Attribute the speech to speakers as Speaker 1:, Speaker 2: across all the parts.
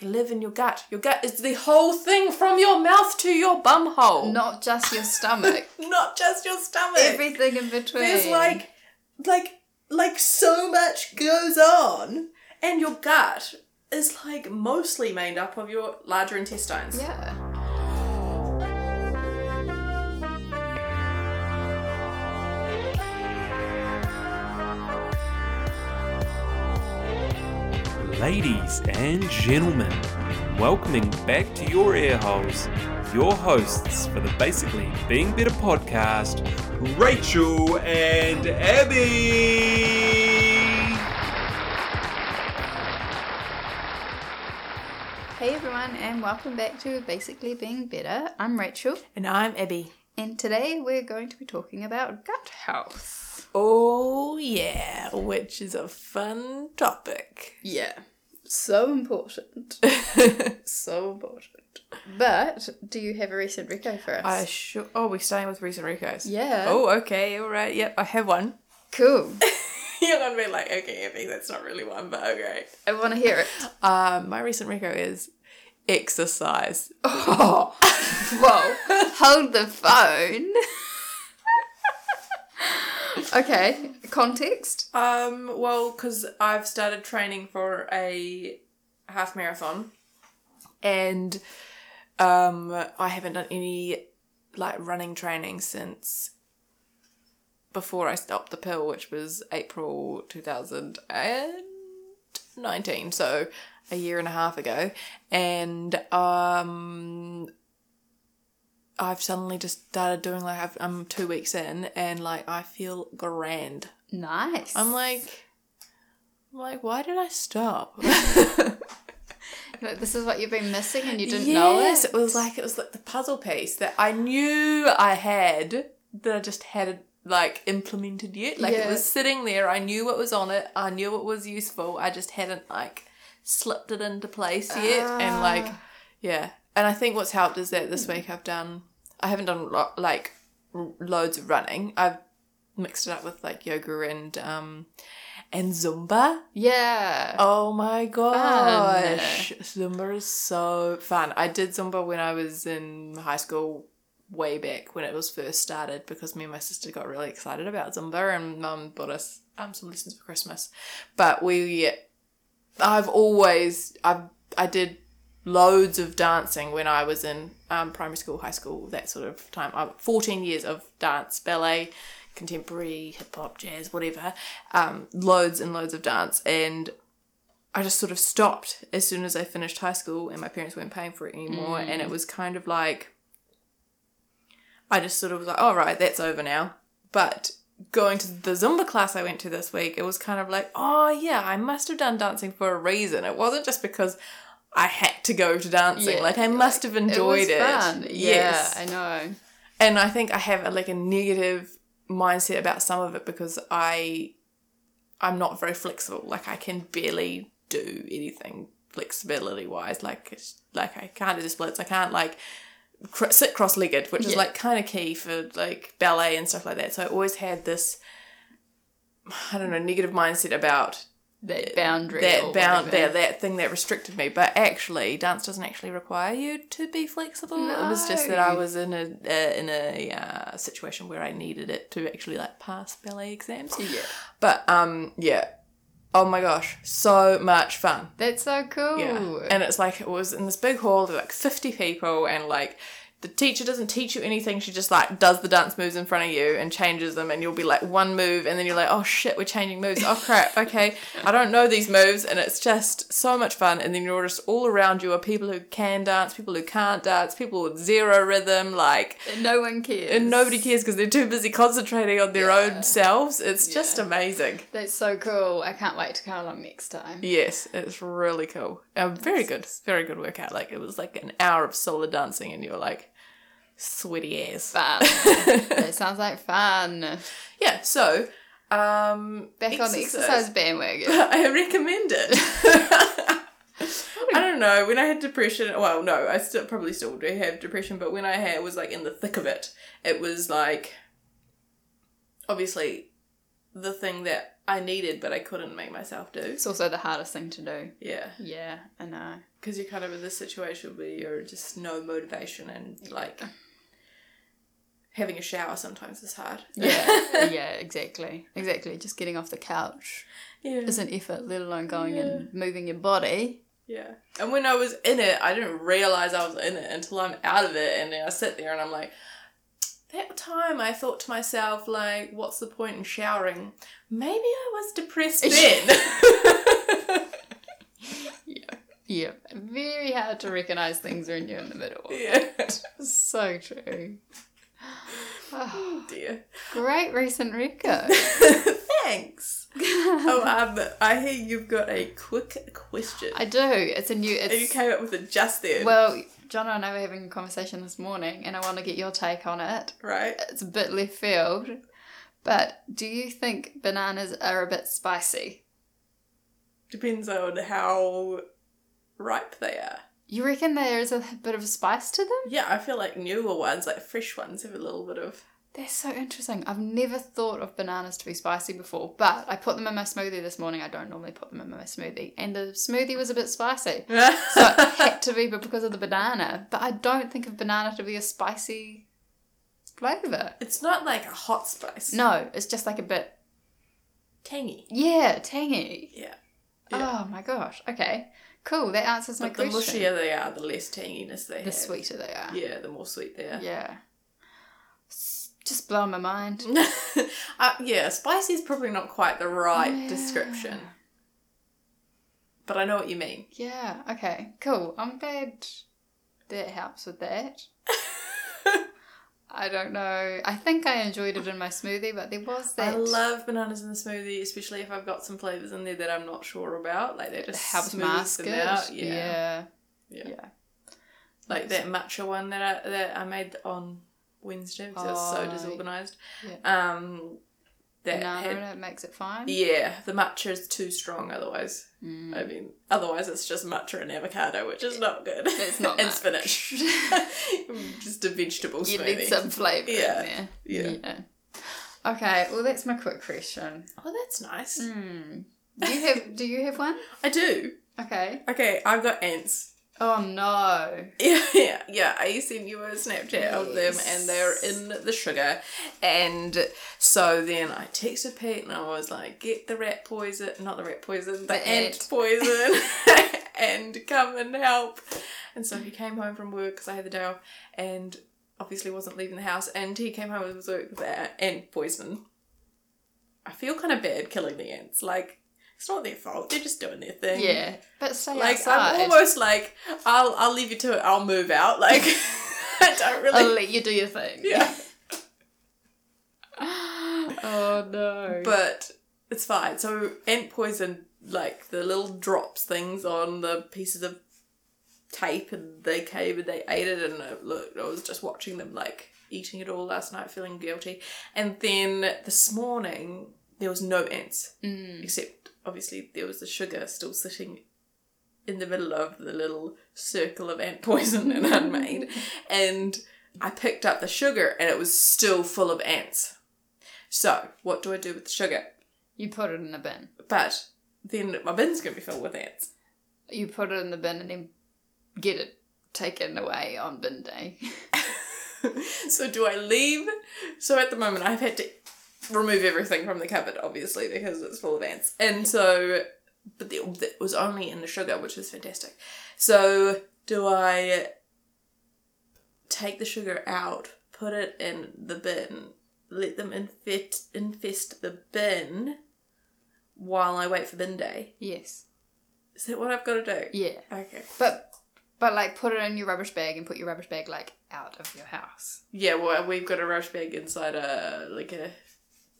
Speaker 1: I live in your gut. Your gut is the whole thing from your mouth to your bum hole.
Speaker 2: Not just your stomach.
Speaker 1: Not just your stomach.
Speaker 2: Everything in between.
Speaker 1: There's like, like, like so much goes on, and your gut is like mostly made up of your larger intestines.
Speaker 2: Yeah.
Speaker 3: Ladies and gentlemen, welcoming back to your ear holes, your hosts for the Basically Being Better podcast, Rachel and Abby.
Speaker 2: Hey everyone, and welcome back to Basically Being Better. I'm Rachel,
Speaker 1: And I'm Abby.
Speaker 2: and today we're going to be talking about gut health.
Speaker 1: Oh yeah, which is a fun topic.
Speaker 2: Yeah. So important. so important. But do you have a recent Rico for us?
Speaker 1: I sure. Oh, we're starting with recent recos.
Speaker 2: yeah.
Speaker 1: Oh, okay, all right. Yep, I have one.
Speaker 2: Cool.
Speaker 1: You're gonna be like, okay, Abby, that's not really one, but okay.
Speaker 2: I want to hear it.
Speaker 1: Um, my recent reco is exercise.
Speaker 2: Oh, whoa. Hold the phone. okay, context.
Speaker 1: Um, well, because I've started training for a half marathon, and um, I haven't done any like running training since before I stopped the pill, which was April two thousand and nineteen. So a year and a half ago, and um, I've suddenly just started doing like I've, I'm two weeks in, and like I feel grand.
Speaker 2: Nice.
Speaker 1: I'm like, I'm like, why did I stop?
Speaker 2: Like, this is what you've been missing and you didn't know it.
Speaker 1: it was like it was like the puzzle piece that I knew I had that I just hadn't like implemented yet. Like it
Speaker 2: Yeah.
Speaker 1: was sitting there. I knew what was on it. I knew it was useful. I just hadn't like slipped it into place yet. And like, yeah. And I think what's helped is that this week I've done. I haven't done lo- like r- loads of running. I've mixed it up with like yoga and um and zumba.
Speaker 2: Yeah.
Speaker 1: Oh my gosh. Zumba is so fun. I did Zumba when I was in high school way back when it was first started because me and my sister got really excited about Zumba and mum bought us um, some lessons for Christmas. But we I've always I've I did loads of dancing when I was in um, primary school, high school, that sort of time. I, 14 years of dance, ballet, contemporary, hip hop, jazz, whatever. Um, loads and loads of dance. And I just sort of stopped as soon as I finished high school and my parents weren't paying for it anymore. And
Speaker 2: Mm.
Speaker 1: it was kind of like, I just sort of was like, all right, that's over now. But going to the Zumba class I went to this week, it was kind of like, oh yeah, I must have done dancing for a reason. It wasn't just because I had to go to dancing.
Speaker 2: Yeah,
Speaker 1: like I
Speaker 2: you're
Speaker 1: must have enjoyed it.
Speaker 2: was fun.
Speaker 1: Yes.
Speaker 2: Yeah, I know.
Speaker 1: and I think I have a, like a negative mindset about some of it because I I'm not very flexible. Like I can barely do anything flexibility wise. Like it's- like I can't do the splits. I can't like cr- sit cross legged, which is
Speaker 2: Yeah.
Speaker 1: like kind of key for like ballet and stuff like that. So I always had this I don't know negative mindset about
Speaker 2: That boundary. or
Speaker 1: that bound that,
Speaker 2: whatever.
Speaker 1: that thing that restricted me but actually dance doesn't actually require you to be flexible it was just that i
Speaker 2: No.
Speaker 1: was in a uh, in a uh, situation where i needed it to actually like pass ballet exams
Speaker 2: Yeah.
Speaker 1: but um yeah oh my gosh so much fun
Speaker 2: That's so cool.
Speaker 1: yeah and it's like it was in this big hall there were like 50 people and like the teacher doesn't teach you anything she just like does the dance moves in front of you and changes them and you'll be like one move and then you're like oh shit we're changing moves oh crap okay i don't know these moves and it's just so much fun and then you're just all around you are people who can dance people who can't dance people with zero rhythm like
Speaker 2: And no one cares.
Speaker 1: and nobody cares because they're too busy concentrating on their
Speaker 2: Yeah.
Speaker 1: own selves it's just
Speaker 2: Yeah.
Speaker 1: amazing
Speaker 2: That's so cool. I can't wait to come along next time.
Speaker 1: Yes, it's really cool. Um, very good, very good workout. Like it was like an hour of solo dancing, and you were like sweaty ass.
Speaker 2: Fun. that sounds like fun.
Speaker 1: Yeah, so um,
Speaker 2: Back on the exercise bandwagon.
Speaker 1: I recommend it. I don't know. When I had depression, well, no, I still probably still do have depression, but when I had was like in the thick of it, it was like obviously the thing that I needed, but I couldn't make myself do.
Speaker 2: It's also the hardest thing to do.
Speaker 1: Yeah,
Speaker 2: Yeah, I know.
Speaker 1: because you're kind of in this situation where you're just no motivation and like having a shower sometimes is hard.
Speaker 2: Yeah, yeah, exactly. Exactly. Just getting off the couch
Speaker 1: yeah.
Speaker 2: is an effort, let alone going and moving your body.
Speaker 1: Yeah. And when I was in it, I didn't realize I was in it until I'm out of it. And then I sit there and I'm like, that time I thought to myself, like, what's the point in showering? Maybe I was depressed then.
Speaker 2: Yeah. Very hard to recognise things when you're in the middle.
Speaker 1: yeah.
Speaker 2: So true. Oh,
Speaker 1: Oh, dear.
Speaker 2: great recent record.
Speaker 1: Thanks. Oh, um, I hear you've got a quick question.
Speaker 2: I do. It's a new it's
Speaker 1: you came up with it just then,
Speaker 2: well, John and I were having a conversation this morning and I want to get your take on it.
Speaker 1: right?
Speaker 2: It's a bit left field. But do you think bananas are a bit spicy?
Speaker 1: Depends on how ripe they are.
Speaker 2: You reckon there is a bit of a spice to them?
Speaker 1: Yeah, I feel like newer ones, like fresh ones, have a little bit of.
Speaker 2: They're so interesting. I've never thought of bananas to be spicy before, but I put them in my smoothie this morning. I don't normally put them in my smoothie, and the smoothie was a bit spicy. So it had to be because of the banana, but I don't think of banana to be a spicy flavour.
Speaker 1: It's not like a hot spice.
Speaker 2: No, it's just like a bit,
Speaker 1: Tangy.
Speaker 2: yeah, tangy.
Speaker 1: Yeah. Yeah.
Speaker 2: Oh my gosh. Okay, cool. That answers my
Speaker 1: But the
Speaker 2: question.
Speaker 1: mushier they are, the less tanginess they have.
Speaker 2: the sweeter they are.
Speaker 1: Yeah, the more sweet they are.
Speaker 2: yeah. S- Just blowing my mind.
Speaker 1: Yeah, uh, yeah spicy is probably not quite the right
Speaker 2: Yeah.
Speaker 1: description. But I know what you mean.
Speaker 2: Yeah, okay, cool. I'm glad that helps with that. I don't know. I think I enjoyed it in my smoothie, but there was that.
Speaker 1: I love bananas in the smoothie, especially if I've got some flavours in there that I'm not sure about. Like that
Speaker 2: it
Speaker 1: just
Speaker 2: helps mask
Speaker 1: them
Speaker 2: it.
Speaker 1: out. Yeah.
Speaker 2: yeah.
Speaker 1: Yeah.
Speaker 2: yeah.
Speaker 1: Like that matcha one that I, that I made on Wednesday because I was so
Speaker 2: Oh,
Speaker 1: disorganised. Um, that
Speaker 2: Banana
Speaker 1: had
Speaker 2: in it makes it fine.
Speaker 1: Yeah, the matcha is too strong otherwise.
Speaker 2: Mm.
Speaker 1: I mean, otherwise it's just matcha and avocado, which is not good.
Speaker 2: It's not
Speaker 1: and
Speaker 2: much.
Speaker 1: spinach. just a vegetable
Speaker 2: You
Speaker 1: smoothie.
Speaker 2: need some flavour
Speaker 1: Yeah,
Speaker 2: in
Speaker 1: yeah.
Speaker 2: there. yeah. Okay, well, that's my quick question.
Speaker 1: Oh, that's nice.
Speaker 2: Hmm. Do you have Do you have one?
Speaker 1: I do.
Speaker 2: Okay.
Speaker 1: Okay, I've got ants.
Speaker 2: Oh no.
Speaker 1: Yeah, yeah, yeah. I sent you a Snapchat of them,
Speaker 2: Yes.
Speaker 1: and they're in the sugar. And so then I texted Pete, and I was like, "Get the rat poison, not the rat poison, the,
Speaker 2: The
Speaker 1: ant
Speaker 2: ant.
Speaker 1: poison, and come and help." And so he came home from work because I had the day off, and obviously wasn't leaving the house. And he came home with work with the ant poison. I feel kind of bad killing the ants. Like it's not their fault; they're just doing their thing.
Speaker 2: Yeah. But stay
Speaker 1: Like
Speaker 2: outside.
Speaker 1: I'm almost like I'll I'll leave you to it. I'll move out. Like I don't really.
Speaker 2: I'll let you do your thing.
Speaker 1: yeah,
Speaker 2: oh no.
Speaker 1: but it's fine. So ant poison, like the little drops things on the pieces of tape, and they came and they ate it, and I, look, I was just watching them like eating it all last night, feeling guilty, and then this morning there was no ants
Speaker 2: Mm.
Speaker 1: except obviously there was the sugar still sitting in the middle of the little circle of ant poison that I'd made. And I picked up the sugar and it was still full of ants. So, what do I do with the sugar?
Speaker 2: You put it in the bin.
Speaker 1: But then my bin's gonna be filled with ants.
Speaker 2: You put it in the bin and then get it taken away on bin day.
Speaker 1: so, do I leave? So, at the moment, I've had to remove everything from the cupboard, obviously, because it's full of ants. And so, but the, it was only in the sugar, which is fantastic. So, do I take the sugar out, put it in the bin, let them infest, infest the bin while I wait for bin day?
Speaker 2: yes.
Speaker 1: Is that what I've got to do?
Speaker 2: Yeah.
Speaker 1: Okay.
Speaker 2: But but like put it in your rubbish bag and put your rubbish bag like out of your house.
Speaker 1: Yeah, well, uh, we've got a rush bag inside a, like a, a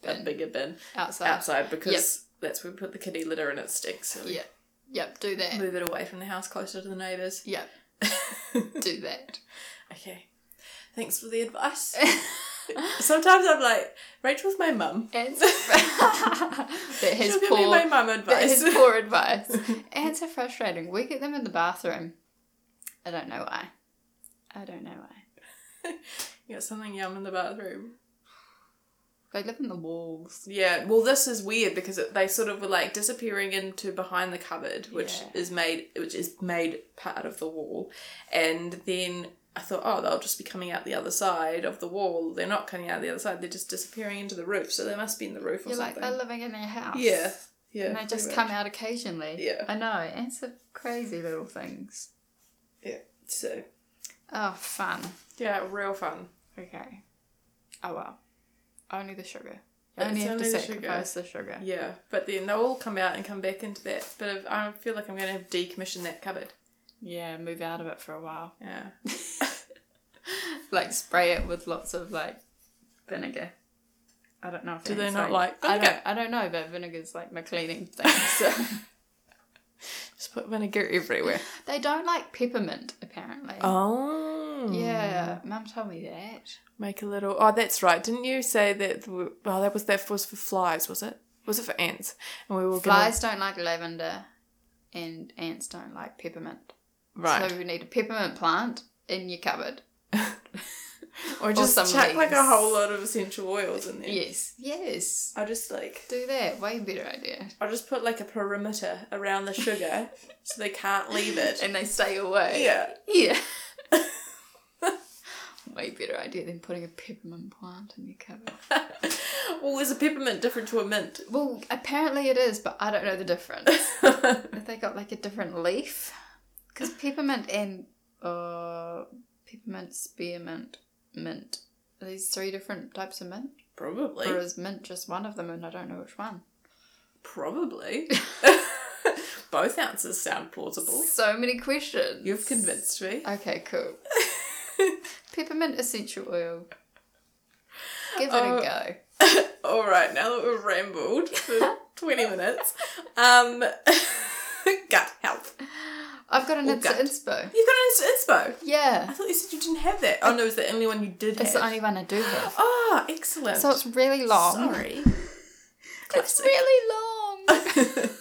Speaker 2: Bin. Ah.
Speaker 1: bigger bin.
Speaker 2: Outside.
Speaker 1: outside because that's where we put the kitty litter and it stinks. So we
Speaker 2: Yeah. Yep, do that.
Speaker 1: move it away from the house closer to the neighbours.
Speaker 2: Yep, do that.
Speaker 1: okay. Thanks for the advice. Sometimes I'm like, Rachel's my mum.
Speaker 2: Ants that has
Speaker 1: She'll give me
Speaker 2: poor
Speaker 1: my mum
Speaker 2: that
Speaker 1: advice.
Speaker 2: is poor advice. Ants are frustrating. We get them in the bathroom. I don't know why. I don't know why.
Speaker 1: you got something yum in the bathroom.
Speaker 2: They live in the walls.
Speaker 1: Yeah, well, this is weird because it, they sort of were like disappearing into behind the cupboard, which
Speaker 2: Yeah.
Speaker 1: is made which is made part of the wall, and then I thought, oh, they'll just be coming out the other side of the wall. They're not coming out the other side; they're just disappearing into the roof. So they must be in the roof or
Speaker 2: You're like
Speaker 1: something.
Speaker 2: they're living in their house.
Speaker 1: yeah, yeah.
Speaker 2: And they just
Speaker 1: pretty
Speaker 2: come
Speaker 1: much.
Speaker 2: out occasionally.
Speaker 1: Yeah.
Speaker 2: I know. And some crazy little things.
Speaker 1: Yeah. So
Speaker 2: Oh, fun.
Speaker 1: yeah, real fun.
Speaker 2: Okay. Oh well. Only the sugar.
Speaker 1: Yeah,
Speaker 2: only
Speaker 1: it's
Speaker 2: have
Speaker 1: only
Speaker 2: to
Speaker 1: the
Speaker 2: sacrifice the sugar.
Speaker 1: Yeah, but then they'll all come out and come back into that. But if, I feel like I'm going to have decommissioned that cupboard.
Speaker 2: Yeah, move out of it for a while.
Speaker 1: Yeah.
Speaker 2: Like spray it with lots of like vinegar. I don't know if
Speaker 1: Do
Speaker 2: that's
Speaker 1: they not like
Speaker 2: I don't
Speaker 1: vinegar?
Speaker 2: I don't know, but vinegar's like my cleaning thing, so
Speaker 1: Just put vinegar everywhere.
Speaker 2: they don't like peppermint apparently.
Speaker 1: Oh.
Speaker 2: Yeah. Mum told me that.
Speaker 1: Make a little. Oh, that's right. Didn't you say that? w- Oh, that was that was for flies, was it? Was it for ants? And we were
Speaker 2: Flies don't like lavender and ants don't like peppermint.
Speaker 1: gonna, right,
Speaker 2: So you need a peppermint plant in your cupboard.
Speaker 1: or just
Speaker 2: some
Speaker 1: chuck like a
Speaker 2: leaves.
Speaker 1: whole lot of essential oils in there.
Speaker 2: Yes. Yes.
Speaker 1: I'll just like
Speaker 2: Do that. Way better idea.
Speaker 1: I'll just put like a perimeter around the sugar so they can't leave it.
Speaker 2: And they stay away.
Speaker 1: yeah,
Speaker 2: Yeah. Way better idea than putting a peppermint plant in your cupboard.
Speaker 1: well, is a peppermint different to a mint?
Speaker 2: Well, apparently it is, but I don't know the difference. Have they got like a different leaf? Because peppermint and uh, peppermint, spearmint, mint. Are these three different types of mint?
Speaker 1: Probably,
Speaker 2: Or is mint just one of them and I don't know which one?
Speaker 1: probably. Both answers sound plausible.
Speaker 2: So many questions.
Speaker 1: You've convinced me.
Speaker 2: Okay, cool. Peppermint essential oil. Give it
Speaker 1: Oh.
Speaker 2: a go.
Speaker 1: All right, now that we've rambled for 20 minutes, um, gut health.
Speaker 2: I've got an
Speaker 1: Or
Speaker 2: Insta
Speaker 1: gut.
Speaker 2: inspo.
Speaker 1: You've got an inspo.
Speaker 2: Yeah.
Speaker 1: I thought you said you didn't have that. Oh no, is that the only one you did have?
Speaker 2: It's the only one I do have.
Speaker 1: Oh, excellent.
Speaker 2: So it's really long.
Speaker 1: Sorry.
Speaker 2: It's
Speaker 1: Classic.
Speaker 2: really long.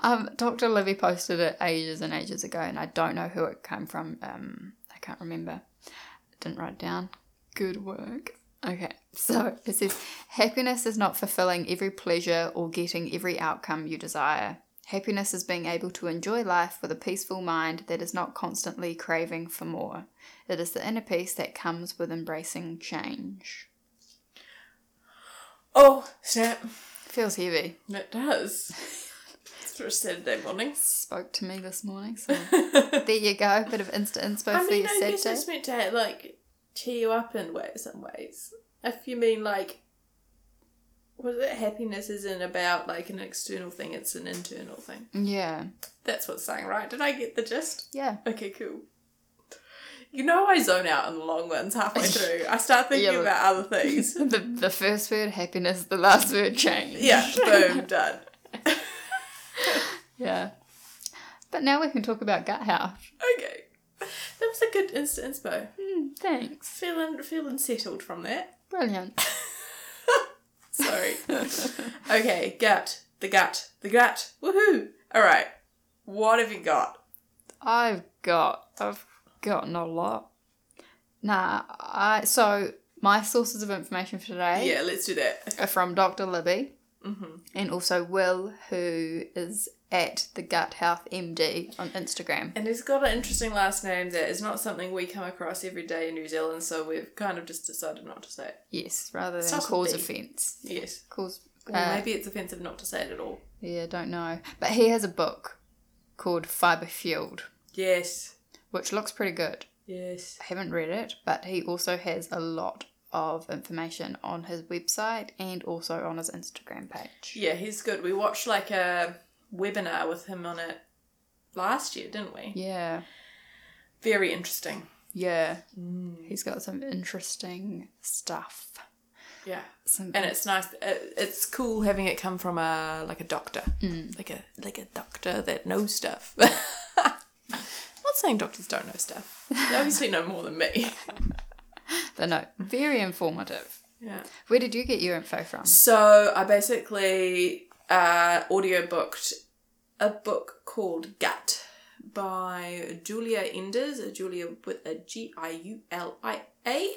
Speaker 2: Um, Dr. Livy posted it ages and ages ago, and I don't know who it came from. Um, I can't remember. Didn't write it down. Good work. Okay, so it says happiness is not fulfilling every pleasure or getting every outcome you desire. Happiness is being able to enjoy life with a peaceful mind that is not constantly craving for more. It is the inner peace that comes with embracing change.
Speaker 1: oh, snap.
Speaker 2: Feels heavy.
Speaker 1: It does. It's for a Saturday morning.
Speaker 2: Spoke to me this morning, so there you go. Bit of insta inspo
Speaker 1: I
Speaker 2: for
Speaker 1: mean,
Speaker 2: your
Speaker 1: I guess
Speaker 2: Saturday.
Speaker 1: it's meant to like cheer you up in way, some ways. If you mean like, was it happiness isn't about like an external thing, it's an internal thing.
Speaker 2: Yeah.
Speaker 1: That's what's saying, right? Did I get the gist?
Speaker 2: Yeah.
Speaker 1: Okay, cool. You know I zone out on the long ones halfway through. I start thinking
Speaker 2: Yeah,
Speaker 1: about other things.
Speaker 2: The, the first word happiness, the last word change.
Speaker 1: Yeah, boom, done.
Speaker 2: Yeah. But now we can talk about gut health.
Speaker 1: Okay. That was a good instant inspo.
Speaker 2: Mm, thanks.
Speaker 1: Feeling feeling settled from that.
Speaker 2: Brilliant.
Speaker 1: Sorry. okay, gut. The gut. The gut. Woohoo! Alright. What have you got?
Speaker 2: I've got I've gotten a lot. Nah, I so my sources of information for today
Speaker 1: Yeah, let's do that.
Speaker 2: are from Dr. Libby
Speaker 1: Mhm.
Speaker 2: and also Will, who is at the Gut Health MD on Instagram.
Speaker 1: And he's got an interesting last name that is not something we come across every day in New Zealand, so we've kind of just decided not to say it.
Speaker 2: Yes, rather than
Speaker 1: Starts with
Speaker 2: cause
Speaker 1: B.
Speaker 2: offence.
Speaker 1: Yes.
Speaker 2: Cause
Speaker 1: Or
Speaker 2: uh,
Speaker 1: maybe it's offensive not to say it at all.
Speaker 2: Yeah, don't know. But he has a book called Fiber Fueled,
Speaker 1: Yes.
Speaker 2: which looks pretty good.
Speaker 1: Yes.
Speaker 2: I haven't read it, but he also has a lot of information on his website and also on his Instagram page.
Speaker 1: Yeah, he's good. We watched like a webinar with him on it last year, didn't we?
Speaker 2: Yeah,
Speaker 1: Very interesting.
Speaker 2: yeah.
Speaker 1: Mm.
Speaker 2: He's got some interesting stuff.
Speaker 1: Yeah.
Speaker 2: Some
Speaker 1: And it's nice. it- It's cool having it come from a like a doctor, like a like a doctor that knows stuff. Not saying doctors don't know stuff. They obviously know more than me.
Speaker 2: they know, very informative.
Speaker 1: Yeah.
Speaker 2: Where did you get your info from?
Speaker 1: So I basically uh, audiobooked a book called Gut by Julia Enders, uh, Julia with a G I U L I A.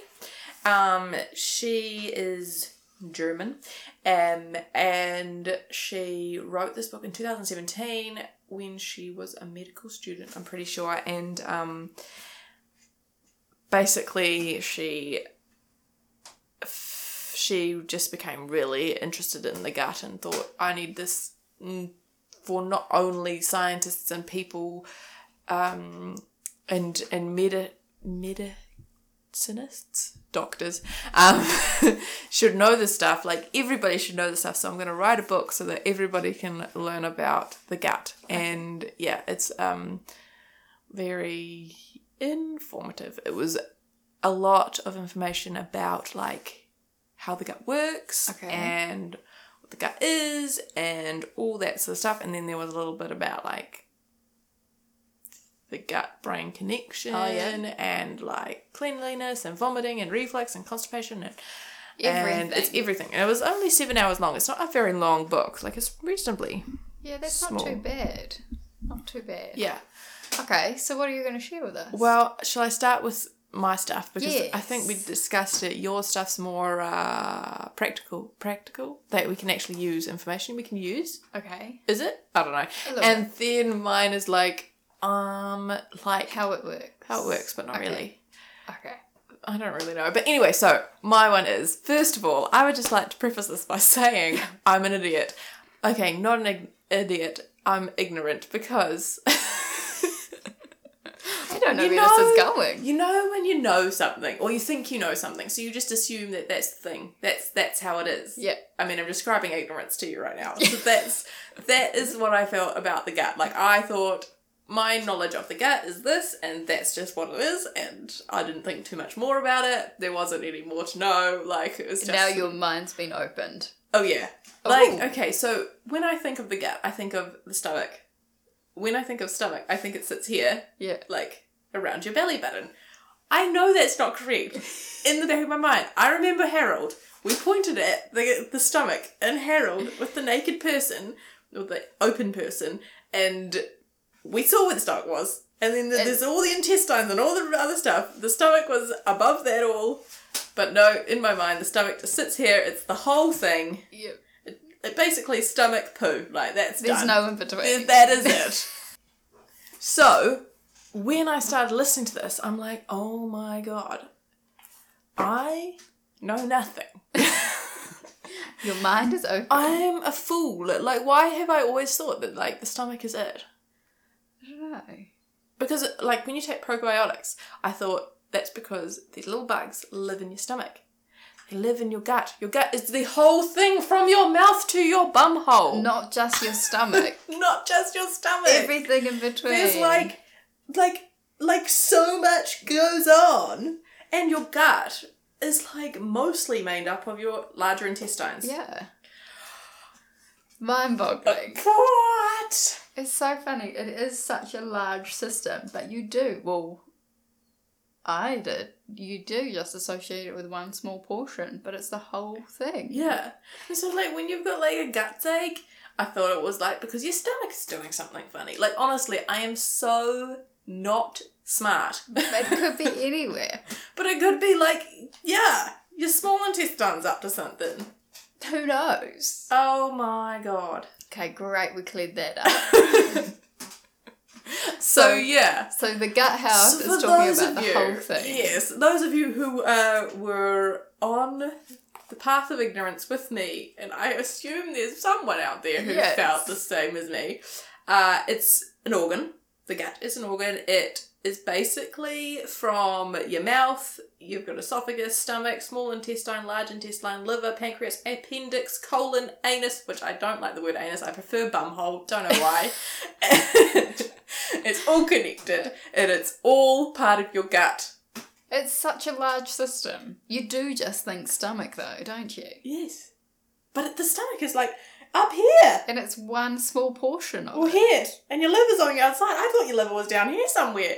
Speaker 1: Um, she is German. Um, and she wrote this book in 2017 when she was a medical student, I'm pretty sure. And um, basically, she she just became really interested in the gut and thought, I need this mm, for not only scientists and people um, and and medi- medicinists, doctors, um, should know this stuff. Like everybody should know this stuff. So I'm going to write a book so that everybody can learn about the gut. And yeah, it's um, very informative. It was a lot of information about like how the gut works
Speaker 2: Okay.
Speaker 1: and what the gut is and all that sort of stuff. And then there was a little bit about like the gut brain connection
Speaker 2: Oh, yeah.
Speaker 1: and like cleanliness and vomiting and reflux and constipation and and it's
Speaker 2: Everything.
Speaker 1: everything. And it was only seven hours long. It's not a very long book. Like it's reasonably.
Speaker 2: yeah, that's
Speaker 1: small.
Speaker 2: not too bad. Not too bad.
Speaker 1: Yeah.
Speaker 2: Okay, so what are you going to share with us?
Speaker 1: Well, shall I start with my stuff because I think we
Speaker 2: Yes.
Speaker 1: discussed it. Your stuff's more uh, practical, practical that we can actually use information we can use.
Speaker 2: okay,
Speaker 1: Is it? I don't
Speaker 2: A
Speaker 1: know.
Speaker 2: little
Speaker 1: And then mine is like um like how,
Speaker 2: how it works.
Speaker 1: it works, but not
Speaker 2: Okay.
Speaker 1: really.
Speaker 2: Okay.
Speaker 1: I don't really know. But anyway, so my one is first of all, I would just like to preface this by saying I'm an idiot. Okay, not an ig- idiot. I'm ignorant because
Speaker 2: I don't know
Speaker 1: You
Speaker 2: where this is
Speaker 1: know-
Speaker 2: going.
Speaker 1: you know when you know something or you think you know something, so you just assume that that's the thing. That's that's how it is.
Speaker 2: Yeah.
Speaker 1: I mean, I'm describing ignorance to you right now. So that's that is what I felt about the gut. Like I thought my knowledge of the gut is this, and that's just what it is, and I didn't think too much more about it. There wasn't any more to know. Like it was just
Speaker 2: now your mind's been opened.
Speaker 1: oh yeah. Like
Speaker 2: Ooh.
Speaker 1: okay, so when I think of the gut, I think of the stomach. When I think of stomach, I think it sits here
Speaker 2: Yeah.
Speaker 1: like around your belly button. I know that's not correct. In the back of my mind, I remember Harold. We pointed at the, the stomach in Harold with the naked person, or the open person, and we saw where the stomach was. And then
Speaker 2: And-
Speaker 1: there's all the intestines and all the other stuff. The stomach was above that all. But no, in my mind, the stomach just sits here. It's the whole thing.
Speaker 2: Yep.
Speaker 1: It basically stomach poo. Like, that's
Speaker 2: There's
Speaker 1: done.
Speaker 2: no in between.
Speaker 1: Th- that is it. so when I started listening to this, I'm like, oh my god, I know nothing.
Speaker 2: Your mind is
Speaker 1: Oh.
Speaker 2: open.
Speaker 1: I'm a fool. Like, why have I always thought that like the stomach is it?
Speaker 2: I don't know.
Speaker 1: Because like when you take probiotics, I thought that's because these little bugs live in your stomach. They live in your gut. Your gut is the whole thing from your mouth to your bum hole.
Speaker 2: Not just your stomach.
Speaker 1: Not just your stomach.
Speaker 2: Everything in between.
Speaker 1: There's like, like, like so much goes on, and your gut is like mostly made up of your larger intestines.
Speaker 2: Yeah. Mind boggling.
Speaker 1: What?
Speaker 2: It's so funny. It is such a large system, but you do. Well, I did. You do just associate it with one small portion, but it's the whole thing.
Speaker 1: Yeah. And so like when you've got like a gut ache, I thought it was like because your stomach is doing something funny. Like honestly, I am so not smart.
Speaker 2: It could be anywhere.
Speaker 1: but it could be like, yeah, your small intestine's up to something.
Speaker 2: Who knows?
Speaker 1: Oh my god.
Speaker 2: Okay, great. We cleared that up.
Speaker 1: so yeah.
Speaker 2: So the gut health
Speaker 1: So
Speaker 2: is
Speaker 1: for
Speaker 2: talking
Speaker 1: those
Speaker 2: about
Speaker 1: of
Speaker 2: the
Speaker 1: you-
Speaker 2: whole thing.
Speaker 1: Yes, those of you who uh, were on the path of ignorance with me, and I assume there's someone out there who
Speaker 2: Yes.
Speaker 1: felt the same as me. Uh, it's an organ. The gut is an organ. It is basically from your mouth. You've got esophagus, stomach, small intestine, large intestine, liver, pancreas, appendix, colon, anus. Which I don't like the word anus. I prefer bumhole. Don't know why. it's all connected, and it's all part of your gut.
Speaker 2: It's such a large system. You do just think stomach though, don't you?
Speaker 1: Yes, but the stomach is like up here
Speaker 2: And it's one small portion of
Speaker 1: or
Speaker 2: it.
Speaker 1: here, and your liver's on the outside. I thought your liver was down here somewhere.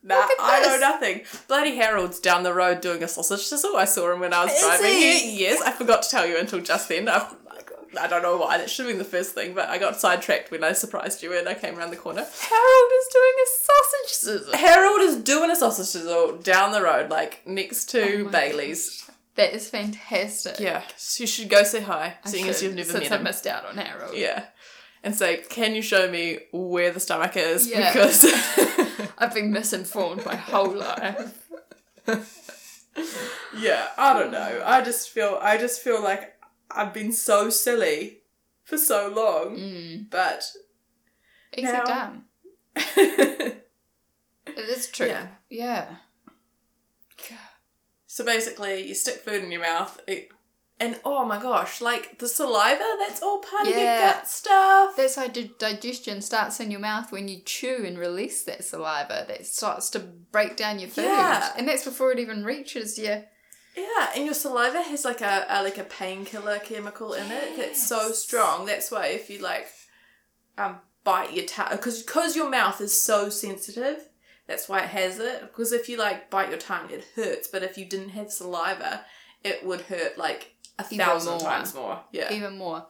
Speaker 1: Nah,
Speaker 2: Look at
Speaker 1: I know
Speaker 2: this.
Speaker 1: nothing. Bloody Harold's down the road doing a sausage sizzle. I saw him when I was
Speaker 2: Is
Speaker 1: driving
Speaker 2: he?
Speaker 1: here. Yes, I forgot to tell you until just then. I, I don't know why. That should have been the first thing, but I got sidetracked when I surprised you and I came around the corner.
Speaker 2: Harold is doing a sausage sizzle.
Speaker 1: Harold is doing a sausage sizzle down the road, like next to
Speaker 2: Oh my
Speaker 1: Bailey's.
Speaker 2: That is fantastic.
Speaker 1: Yeah, so you should go say hi, seeing as you've never
Speaker 2: since
Speaker 1: met
Speaker 2: I
Speaker 1: him.
Speaker 2: missed out on Harold.
Speaker 1: Yeah, and say, can you show me where the stomach is?
Speaker 2: Yeah.
Speaker 1: Because
Speaker 2: I've been misinformed my whole life.
Speaker 1: yeah, I don't know. I just feel I just feel like I've been so silly for so long,
Speaker 2: Mm.
Speaker 1: but
Speaker 2: Easy
Speaker 1: Now-
Speaker 2: done. It is true.
Speaker 1: Yeah.
Speaker 2: Yeah.
Speaker 1: so basically, you stick food in your mouth. It, and oh my gosh, like the saliva, that's all part of your
Speaker 2: Yeah.
Speaker 1: gut stuff.
Speaker 2: That's why di- digestion starts in your mouth when you chew and release that saliva that starts to break down your food.
Speaker 1: Yeah.
Speaker 2: And that's before it even reaches your
Speaker 1: Yeah, and your saliva has like a, a like a painkiller chemical in it that's so
Speaker 2: Yes.
Speaker 1: strong. That's why if you like um bite your tongue because because your mouth is so sensitive, that's why it has it. Because if you like bite your tongue, it hurts. But if you didn't have saliva, it would hurt like a
Speaker 2: Even
Speaker 1: thousand
Speaker 2: more.
Speaker 1: times more. Yeah,
Speaker 2: even more.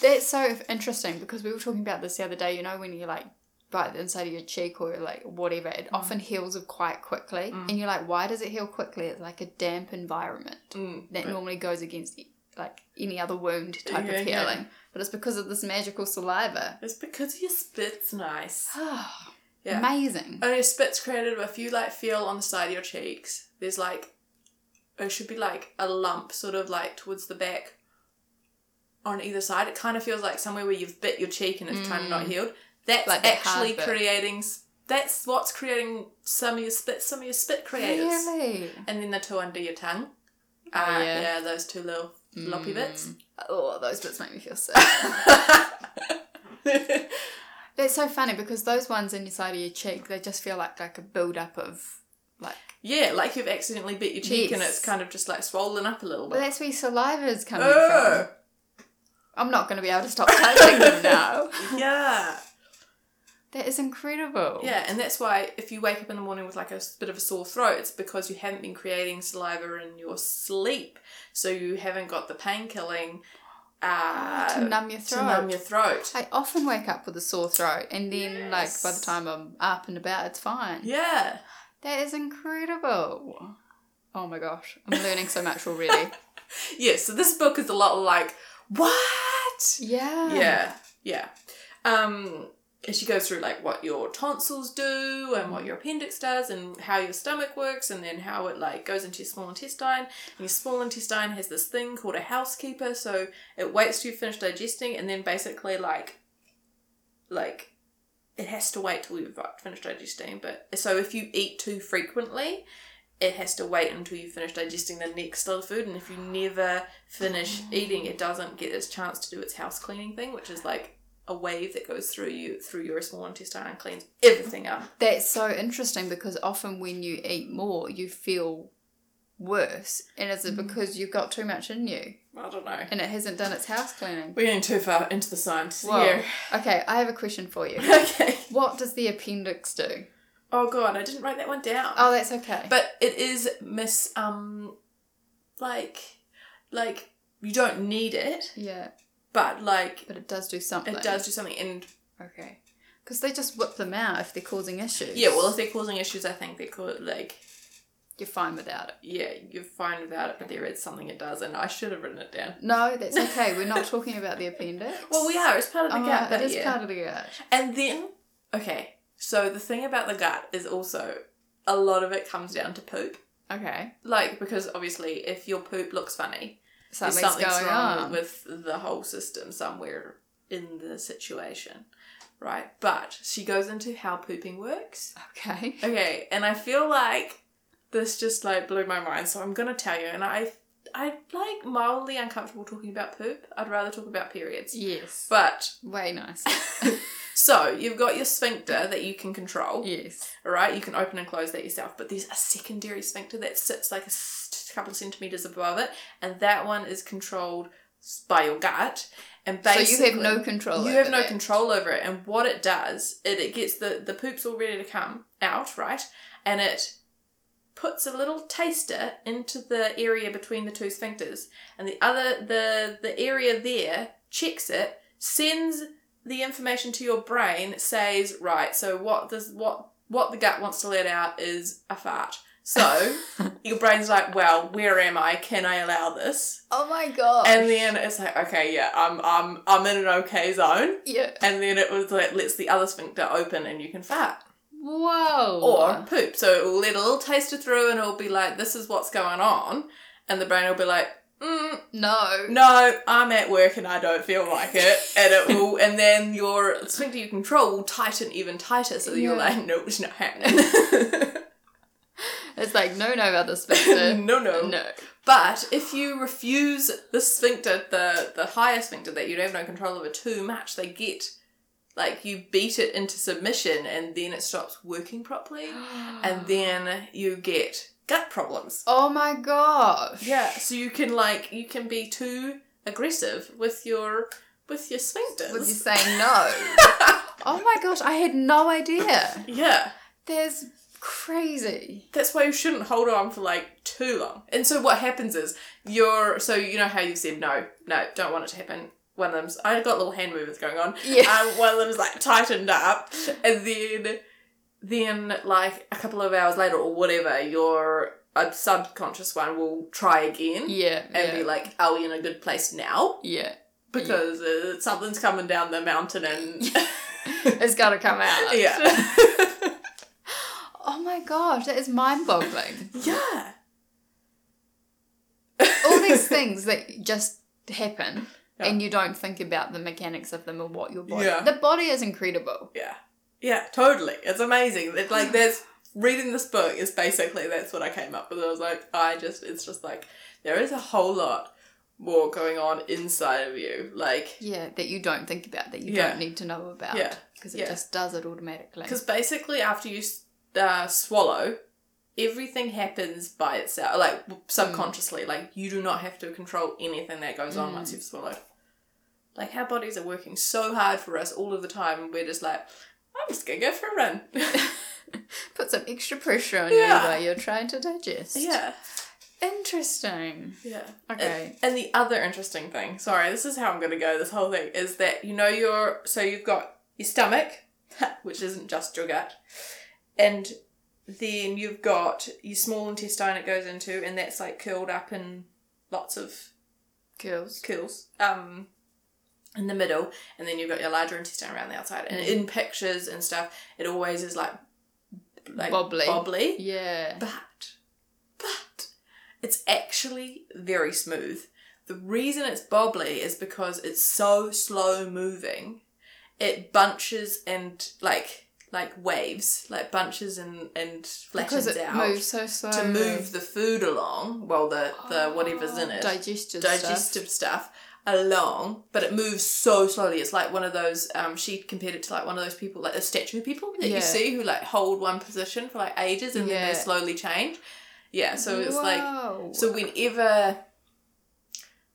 Speaker 2: That's so interesting because we were talking about this the other day. You know, when you like bite the inside of your cheek or like whatever, it often heals up quite quickly,
Speaker 1: Mm.
Speaker 2: and you're like, why does it heal quickly? It's like a damp environment
Speaker 1: Mm.
Speaker 2: that normally goes against like any other wound type
Speaker 1: Yeah,
Speaker 2: of healing,
Speaker 1: yeah.
Speaker 2: but it's because of this magical saliva.
Speaker 1: it's because your spit's nice. Yeah, Uh,
Speaker 2: Amazing.
Speaker 1: and your spit's creative. If you like feel on the side of your cheeks, there's like it should be like a lump, sort of like towards the back on either side. It kind of feels like somewhere where you've bit your cheek and it's kind of not healed. That's
Speaker 2: Mm. Like that hard
Speaker 1: actually
Speaker 2: bit.
Speaker 1: creating. s- That's what's creating some of your spit, some of your spit creators,
Speaker 2: Really?
Speaker 1: and then the two under your tongue. Uh,
Speaker 2: Oh,
Speaker 1: yeah.
Speaker 2: yeah.
Speaker 1: those two little floppy bits.
Speaker 2: Oh, those bits make me feel sick.
Speaker 1: yeah,
Speaker 2: That's so funny because those ones in your side of your cheek, they just feel like like a build up of like
Speaker 1: like you've accidentally bit your cheek and
Speaker 2: Yes.
Speaker 1: it's kind of just like swollen up a little
Speaker 2: Well,
Speaker 1: bit.
Speaker 2: that's where saliva is coming
Speaker 1: Oh.
Speaker 2: from. I'm not going to be able to stop touching them now.
Speaker 1: Yeah.
Speaker 2: That is incredible.
Speaker 1: Yeah, and that's why if you wake up in the morning with like a s- bit of a sore throat, it's because you haven't been creating saliva in your sleep, so you haven't got the painkilling uh,
Speaker 2: to numb your throat.
Speaker 1: to numb your throat.
Speaker 2: I often wake up with a sore throat, and then like by
Speaker 1: Yes.
Speaker 2: the time I'm up and about, it's fine.
Speaker 1: Yeah,
Speaker 2: That is incredible. Oh my gosh, I'm learning so much already.
Speaker 1: yeah. So this book is a lot like what?
Speaker 2: yeah.
Speaker 1: Yeah, yeah. Um, and she goes through like what your tonsils do and what your appendix does and how your stomach works and then how it like goes into your small intestine. And your small intestine has this thing called a housekeeper, so it waits till you finish digesting and then basically like like it has to wait till you've like, finished digesting. But so if you eat too frequently, it has to wait until you finish digesting the next little food. And if you never finish eating, it doesn't get its chance to do its house cleaning thing, which is like a wave that goes through you through your small intestine and cleans everything up.
Speaker 2: That's so interesting because often when you eat more, you feel worse, and is
Speaker 1: Mm.
Speaker 2: it because you've got too much in you
Speaker 1: I don't know.
Speaker 2: and it hasn't done its house cleaning?
Speaker 1: We're getting too far into the science
Speaker 2: Whoa.
Speaker 1: here.
Speaker 2: Okay, I have a question for you.
Speaker 1: okay.
Speaker 2: What does the appendix do?
Speaker 1: Oh god, I didn't write that one down.
Speaker 2: Oh, that's okay.
Speaker 1: But it is miss um like like you don't need it,
Speaker 2: yeah,
Speaker 1: but like
Speaker 2: but it does do something.
Speaker 1: it does do something and
Speaker 2: Okay. Because they just whip them out if they're causing issues.
Speaker 1: yeah, well if they're causing issues I think they could like
Speaker 2: you're fine without it.
Speaker 1: yeah, you're fine without it, but there is something it does and I should have written it down.
Speaker 2: No, that's okay. We're not talking about the appendix.
Speaker 1: Well we are, it's part of the
Speaker 2: Oh,
Speaker 1: gut, but
Speaker 2: it is
Speaker 1: yeah.
Speaker 2: part of the gut.
Speaker 1: And then, okay, so the thing about the gut is also a lot of it comes down to poop.
Speaker 2: Okay.
Speaker 1: Like, because obviously, if your poop looks funny,
Speaker 2: Something's,
Speaker 1: there's something's
Speaker 2: going
Speaker 1: wrong
Speaker 2: on.
Speaker 1: with the whole system somewhere in the situation, right? But she goes into how pooping works.
Speaker 2: Okay.
Speaker 1: Okay, and I feel like this just like blew my mind, so I'm gonna tell you. And I, I like mildly uncomfortable talking about poop. I'd rather talk about periods.
Speaker 2: Yes.
Speaker 1: But
Speaker 2: Way nice.
Speaker 1: so you've got your sphincter that you can control.
Speaker 2: yes.
Speaker 1: All right, you can open and close that yourself, but there's a secondary sphincter that sits like a s- couple of centimeters above it, and that one is controlled s- by your gut. And basically,
Speaker 2: so you have no control.
Speaker 1: you
Speaker 2: over
Speaker 1: have no
Speaker 2: that.
Speaker 1: control over it. And what it does, it, it gets the the poops all ready to come out, right? And it puts a little taster into the area between the two sphincters, and the other the the area there checks it, sends the information to your brain, says right. So what does what what the gut wants to let out is a fart. So your brain's like, well, where am I? Can I allow this?
Speaker 2: Oh my god.
Speaker 1: And then it's like, okay, yeah, I'm I'm I'm in an okay zone.
Speaker 2: yeah.
Speaker 1: And then it was like lets the other sphincter open and you can fart
Speaker 2: Whoa.
Speaker 1: or poop. So it will let a little taster through and it'll be like, this is what's going on, and the brain will be like. Mm,
Speaker 2: no.
Speaker 1: no, I'm at work and I don't feel like it, and it will, and then your sphincter you control will tighten even tighter, so that you're
Speaker 2: Yeah.
Speaker 1: like, no, it's not happening.
Speaker 2: It's like no, no about this sphincter.
Speaker 1: no, no,
Speaker 2: no.
Speaker 1: But if you refuse the sphincter, the the higher sphincter that you have no control over too much, they get like you beat it into submission, and then it stops working properly, and then you get gut problems.
Speaker 2: Oh my gosh.
Speaker 1: Yeah, so you can like you can be too aggressive with your with your sphincters.
Speaker 2: Would you say no? oh my gosh, I had no idea.
Speaker 1: yeah.
Speaker 2: There's crazy.
Speaker 1: That's why you shouldn't hold on for like too long. And so what happens is you're so you know how you said no, no, don't want it to happen. One of them's I got little hand movements going on.
Speaker 2: Yeah.
Speaker 1: Um, one of them's like tightened up, and then then like a couple of hours later or whatever, your a subconscious one will try again
Speaker 2: Yeah.
Speaker 1: and
Speaker 2: yeah.
Speaker 1: be like, "Are we in a good place now?"
Speaker 2: yeah.
Speaker 1: Because uh, something's coming down the mountain and
Speaker 2: It's gotta come out.
Speaker 1: yeah,
Speaker 2: Oh my gosh, that is mind boggling.
Speaker 1: yeah.
Speaker 2: All these things that just happen
Speaker 1: Yeah.
Speaker 2: and you don't think about the mechanics of them or what your body
Speaker 1: Yeah.
Speaker 2: the body is incredible.
Speaker 1: Yeah. Yeah, totally. It's amazing. It, like there's reading this book is basically that's what I came up with. I was like, I just it's just like there is a whole lot more going on inside of you. Like
Speaker 2: Yeah, that you don't think about, that you
Speaker 1: Yeah.
Speaker 2: don't need to know about.
Speaker 1: Yeah.
Speaker 2: Because it
Speaker 1: Yeah.
Speaker 2: just does it automatically.
Speaker 1: cuz basically after you s- uh, swallow, everything happens by itself, like subconsciously. Like you do not have to control anything that goes on once you've swallowed. Like our bodies are working so hard for us all of the time. and We're just like, I'm just gonna go for a run.
Speaker 2: Put some extra pressure on
Speaker 1: Yeah.
Speaker 2: you while you're trying to digest.
Speaker 1: yeah,
Speaker 2: Interesting.
Speaker 1: yeah.
Speaker 2: Okay.
Speaker 1: And the other interesting thing, sorry, this is how I'm going to go this whole thing, is that you know your so you've got your stomach, which isn't just your gut, and then you've got your small intestine it goes into, and that's like curled up in lots of
Speaker 2: Girls.
Speaker 1: curls um, in the middle, and then you've got your larger intestine around the outside. And
Speaker 2: Mm-hmm.
Speaker 1: in pictures and stuff, it always is like like
Speaker 2: Bobbly.
Speaker 1: bobbly.
Speaker 2: Yeah.
Speaker 1: But, but, it's actually very smooth. The reason it's bobbly is because it's so slow moving. It bunches and like like waves, like bunches and and flattens
Speaker 2: Because it
Speaker 1: out
Speaker 2: moves so Oh, slow.
Speaker 1: to move the food along. Well, the the whatever's in it,
Speaker 2: Digestive. Digestive.
Speaker 1: digestive stuff along, but it moves so slowly. It's like one of those. Um, she compared it to like one of those people, like the statue people that
Speaker 2: Yeah.
Speaker 1: you see who like hold one position for like ages and then they
Speaker 2: Yeah.
Speaker 1: slowly change. Yeah, so it's like
Speaker 2: Whoa.
Speaker 1: so whenever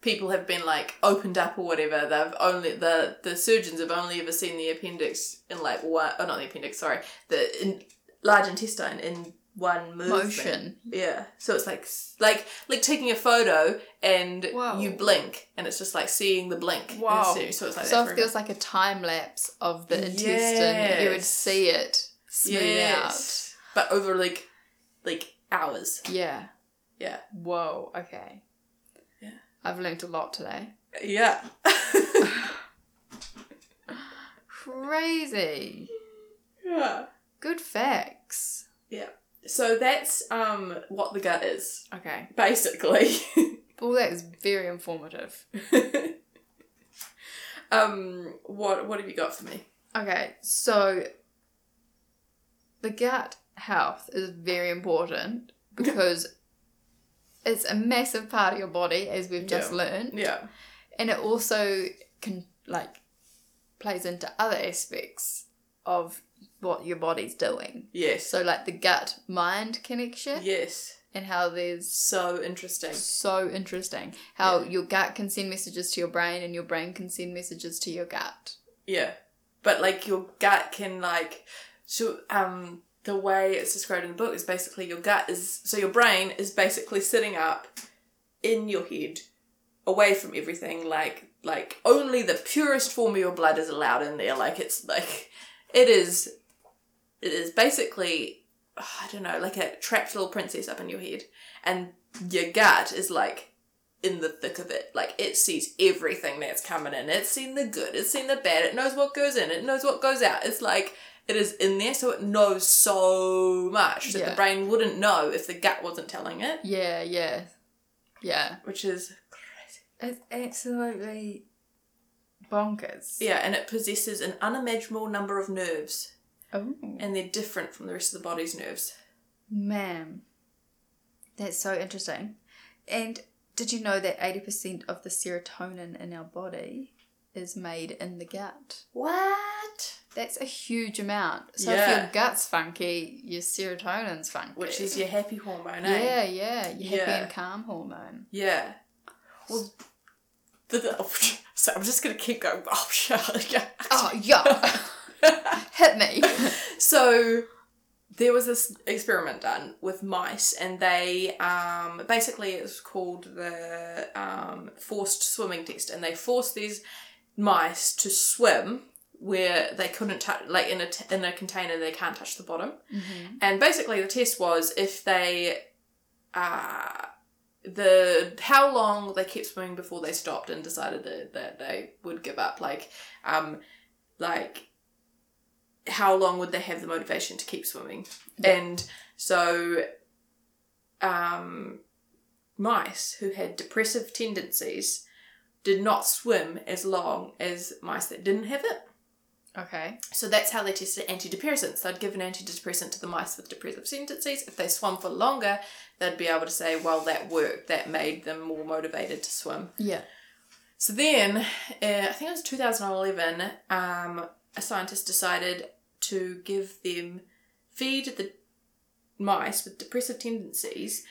Speaker 1: people have been like opened up or whatever, they've only the the surgeons have only ever seen the appendix in like one, oh not the appendix, sorry, the in, large intestine in one movement.
Speaker 2: motion.
Speaker 1: Yeah. So it's like like like taking a photo and
Speaker 2: Wow.
Speaker 1: you blink and it's just like seeing the blink. in
Speaker 2: Wow.
Speaker 1: the zoo. So it's like
Speaker 2: So
Speaker 1: that
Speaker 2: if
Speaker 1: for
Speaker 2: there
Speaker 1: a-
Speaker 2: was like a time lapse of the intestine, you would
Speaker 1: Yes.
Speaker 2: see it smooth
Speaker 1: yes. But over like like hours.
Speaker 2: out. Yeah.
Speaker 1: Yeah.
Speaker 2: Whoa. Okay.
Speaker 1: Yeah.
Speaker 2: I've learned a lot today.
Speaker 1: Yeah.
Speaker 2: Crazy.
Speaker 1: yeah.
Speaker 2: Good facts.
Speaker 1: So that's um what the gut is,
Speaker 2: Okay.
Speaker 1: basically.
Speaker 2: All that is very informative.
Speaker 1: um what what have you got for me?
Speaker 2: Okay, so the gut health is very important because it's a massive part of your body, as we've just
Speaker 1: Yeah.
Speaker 2: learned,
Speaker 1: Yeah.
Speaker 2: and it also can like plays into other aspects of what your body's doing.
Speaker 1: Yes.
Speaker 2: So, like the gut mind connection,
Speaker 1: Yes.
Speaker 2: and how there's
Speaker 1: So interesting.
Speaker 2: so interesting how
Speaker 1: Yeah.
Speaker 2: your gut can send messages to your brain, and your brain can send messages to your gut.
Speaker 1: Yeah. But like your gut can like so um the way it's described in the book is basically your gut is so your brain is basically sitting up in your head away from everything like like only the purest form of your blood is allowed in there like it's like it is it is basically I don't know, like a trapped little princess up in your head, and your gut is like in the thick of it. Like it sees everything that's coming in. It's seen the good. It's seen the bad. It knows what goes in. It knows what goes out. It's like it is in there, so it knows so much that
Speaker 2: Yeah.
Speaker 1: the brain wouldn't know if the gut wasn't telling it,
Speaker 2: Yeah, yeah. Yeah.
Speaker 1: which is crazy.
Speaker 2: It's absolutely bonkers.
Speaker 1: Yeah, and it possesses an unimaginable number of nerves,
Speaker 2: Oh.
Speaker 1: and they're different from the rest of the body's nerves.
Speaker 2: Man. That's so interesting. And did you know that 80% of the serotonin in our body is made in the gut?
Speaker 1: What?
Speaker 2: That's a huge amount. So if
Speaker 1: Yeah.
Speaker 2: your gut's funky, your serotonin's funky.
Speaker 1: Which is your happy hormone, eh?
Speaker 2: Yeah, yeah. Your happy
Speaker 1: Yeah.
Speaker 2: and calm hormone.
Speaker 1: Yeah. Well, the, the, oh, so I'm just gonna keep going. Oh, yeah.
Speaker 2: Oh, yeah. Hit me.
Speaker 1: So there was this experiment done with mice, and they um, basically it's called the um, forced swimming test, and they forced these mice to swim where they couldn't touch, like in a t- in a container, they can't touch the bottom.
Speaker 2: Mm-hmm.
Speaker 1: And basically, the test was if they, uh, the how long they kept swimming before they stopped and decided that, that they would give up. Like, um, like how long would they have the motivation to keep swimming? And so, um, mice who had depressive tendencies did not swim as long as mice that didn't have it.
Speaker 2: Okay.
Speaker 1: So that's how they tested antidepressants. They'd give an antidepressant to the mice with depressive tendencies. If they swam for longer, they'd be able to say, well, that worked. That made them more motivated to swim.
Speaker 2: Yeah.
Speaker 1: So then, uh, I think it was 2011, um, a scientist decided to give them, feed the mice with depressive tendencies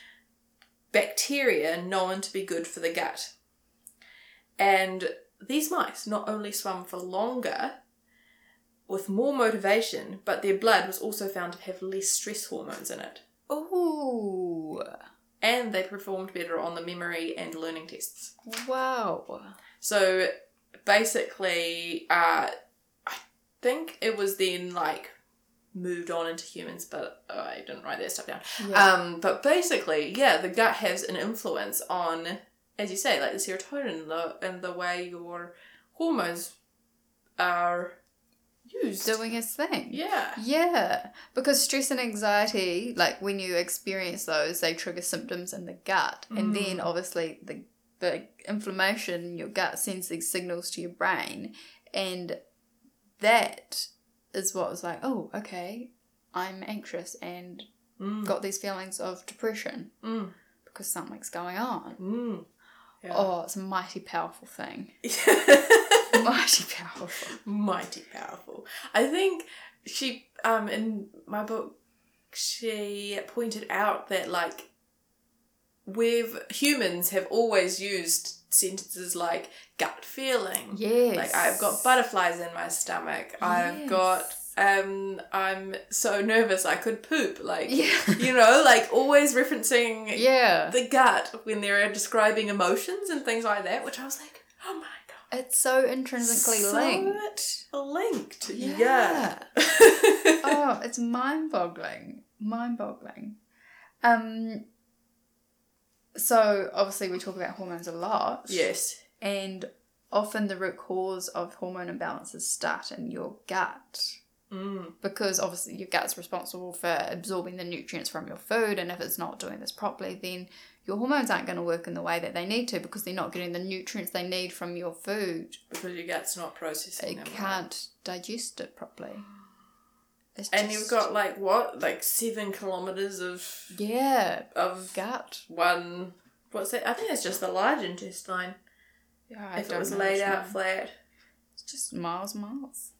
Speaker 1: bacteria known to be good for the gut. And these mice not only swam for longer with more motivation, but their blood was also found to have less stress hormones in it.
Speaker 2: Ooh.
Speaker 1: And they performed better on the memory and learning tests.
Speaker 2: Wow.
Speaker 1: So basically, uh, I think it was then like moved on into humans, but oh, I didn't write that stuff down.
Speaker 2: Yeah.
Speaker 1: Um, but basically, yeah, the gut has an influence on, as you say, like the serotonin and the, and the way your hormones are used.
Speaker 2: Doing his thing.
Speaker 1: yeah.
Speaker 2: Yeah, because stress and anxiety, like when you experience those, they trigger symptoms in the gut, and
Speaker 1: Mm.
Speaker 2: then obviously the the inflammation in your gut sends these signals to your brain, and that is what was like, oh, okay, I'm anxious and
Speaker 1: Mm.
Speaker 2: got these feelings of depression
Speaker 1: Mm.
Speaker 2: because something's going on.
Speaker 1: Mm. Yeah.
Speaker 2: Oh, it's a mighty powerful thing. mighty powerful.
Speaker 1: mighty powerful. I think she um in my book she pointed out that like we've humans have always used sentences like gut feeling.
Speaker 2: Yes.
Speaker 1: Like I've got butterflies in my stomach. I've got um I'm so nervous I could poop. Like
Speaker 2: Yeah.
Speaker 1: you know, like always referencing
Speaker 2: yeah.
Speaker 1: the gut when they're describing emotions and things like that, which I was like, oh my god.
Speaker 2: It's so intrinsically
Speaker 1: So
Speaker 2: linked.
Speaker 1: Linked.
Speaker 2: Yeah.
Speaker 1: Yeah.
Speaker 2: oh, it's mind boggling. Mind boggling. Um so obviously we talk about hormones a lot.
Speaker 1: yes.
Speaker 2: And often the root cause of hormone imbalances start in your gut.
Speaker 1: Mm.
Speaker 2: Because obviously your gut's responsible for absorbing the nutrients from your food and if it's not doing this properly then your hormones aren't going to work in the way that they need to because they're not getting the nutrients they need from your food
Speaker 1: Because your gut's not processing
Speaker 2: it
Speaker 1: them.
Speaker 2: can't digest it properly. It's
Speaker 1: And you've
Speaker 2: just-
Speaker 1: got like what? Like seven kilometres of
Speaker 2: yeah,
Speaker 1: of
Speaker 2: gut.
Speaker 1: one what's that? I think that's just the large intestine.
Speaker 2: Yeah, I
Speaker 1: if it
Speaker 2: don't
Speaker 1: was
Speaker 2: know
Speaker 1: laid
Speaker 2: its
Speaker 1: out
Speaker 2: name.
Speaker 1: flat.
Speaker 2: it's just miles, miles.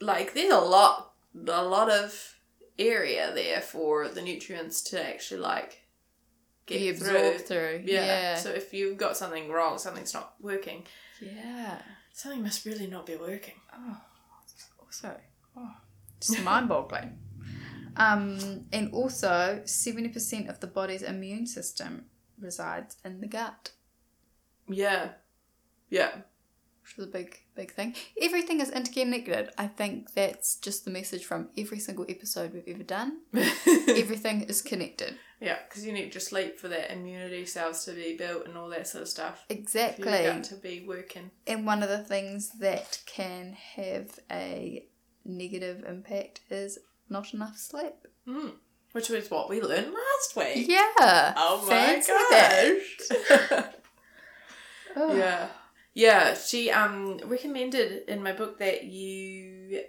Speaker 1: Like there's a lot a lot of area there for the nutrients to actually like get
Speaker 2: Be
Speaker 1: through.
Speaker 2: absorbed through.
Speaker 1: Yeah.
Speaker 2: Yeah,
Speaker 1: So if you've got something wrong, something's not working.
Speaker 2: yeah.
Speaker 1: Something must really not be working.
Speaker 2: Oh, also, oh, just mind-boggling. Um, and also, seventy percent of the body's immune system resides in the gut.
Speaker 1: Yeah. Yeah.
Speaker 2: which was a big, big thing. Everything is interconnected. I think that's just the message from every single episode we've ever done. Everything is connected.
Speaker 1: yeah, because you need to sleep for that immunity cells to be built and all that sort of stuff.
Speaker 2: Exactly.
Speaker 1: For your gut to be working.
Speaker 2: And one of the things that can have a negative impact is not enough sleep.
Speaker 1: Mm. Which was what we learned last week.
Speaker 2: Yeah.
Speaker 1: Oh my
Speaker 2: Fancy that.
Speaker 1: gosh.
Speaker 2: Oh.
Speaker 1: yeah. Yeah, she um recommended in my book that you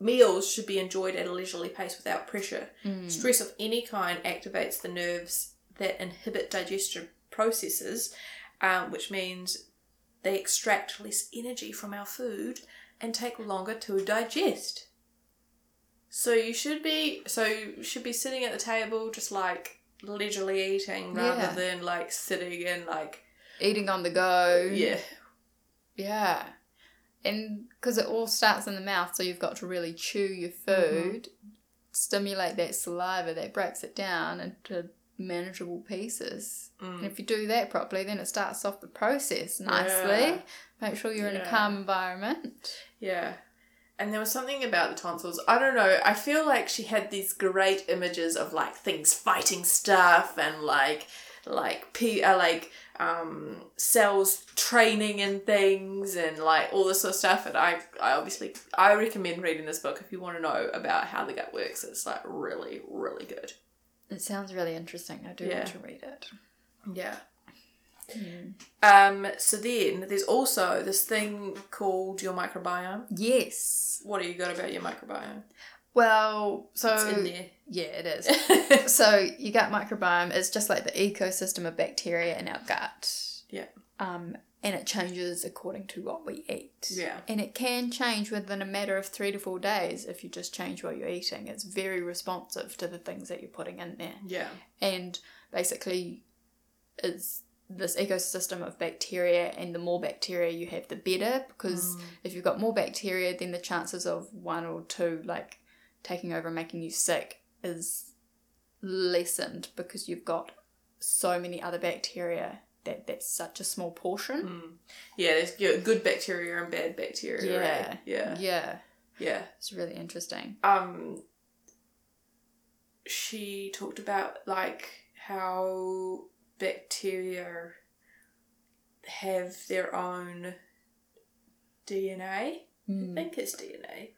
Speaker 1: meals should be enjoyed at a leisurely pace without pressure.
Speaker 2: Mm.
Speaker 1: Stress of any kind activates the nerves that inhibit digestive processes, um, which means they extract less energy from our food and take longer to digest. So you should be so you should be sitting at the table just like leisurely eating rather
Speaker 2: Yeah.
Speaker 1: than like sitting and like
Speaker 2: Eating on the go.
Speaker 1: yeah
Speaker 2: Yeah. And because it all starts in the mouth, so you've got to really chew your
Speaker 1: Mm-hmm.
Speaker 2: food, stimulate that saliva that breaks it down into manageable pieces. And
Speaker 1: mm.
Speaker 2: if you do that properly, then it starts off the process nicely.
Speaker 1: Yeah.
Speaker 2: Make sure you're in a
Speaker 1: Yeah.
Speaker 2: calm environment.
Speaker 1: yeah. And there was something about the tonsils. I don't know. I feel like she had these great images of like things fighting stuff and like like p uh, like um cells training and things and like all this sort of stuff and I I obviously I recommend reading this book if you want to know about how the gut works it's like really really good
Speaker 2: It sounds really interesting. I do
Speaker 1: Yeah.
Speaker 2: want to read it.
Speaker 1: yeah
Speaker 2: Mm.
Speaker 1: um so then there's also this thing called your microbiome
Speaker 2: Yes.
Speaker 1: what do you got about your microbiome
Speaker 2: Well, so
Speaker 1: it's in there
Speaker 2: yeah, it is. so your gut microbiome is just like the ecosystem of bacteria in our gut.
Speaker 1: Yeah.
Speaker 2: Um, and it changes according to what we eat.
Speaker 1: Yeah.
Speaker 2: And it can change within a matter of three to four days if you just change what you're eating. It's very responsive to the things that you're putting in there.
Speaker 1: Yeah.
Speaker 2: And basically, it's this ecosystem of bacteria, and the more bacteria you have, the better because
Speaker 1: Mm.
Speaker 2: if you've got more bacteria, then the chances of one or two like taking over and making you sick is lessened because you've got so many other bacteria that that's such a small portion.
Speaker 1: Mm. Yeah, there's good good bacteria and bad bacteria. Yeah. Right? Yeah.
Speaker 2: Yeah.
Speaker 1: Yeah.
Speaker 2: It's really interesting.
Speaker 1: Um she talked about like how bacteria have their own DNA.
Speaker 2: Mm.
Speaker 1: I think it's DNA.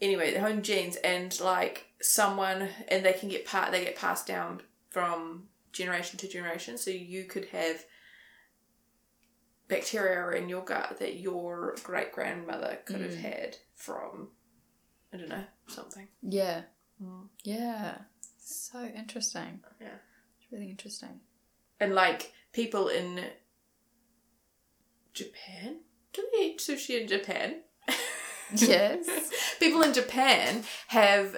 Speaker 1: Anyway, their own genes and like someone and they can get part they get passed down from generation to generation. So you could have bacteria in your gut that your great grandmother could have
Speaker 2: Mm.
Speaker 1: had from I don't know, something.
Speaker 2: Yeah.
Speaker 1: Mm.
Speaker 2: Yeah. So interesting.
Speaker 1: Yeah.
Speaker 2: It's really interesting.
Speaker 1: And like people in Japan? Do they eat sushi in Japan?
Speaker 2: Yes.
Speaker 1: People in Japan have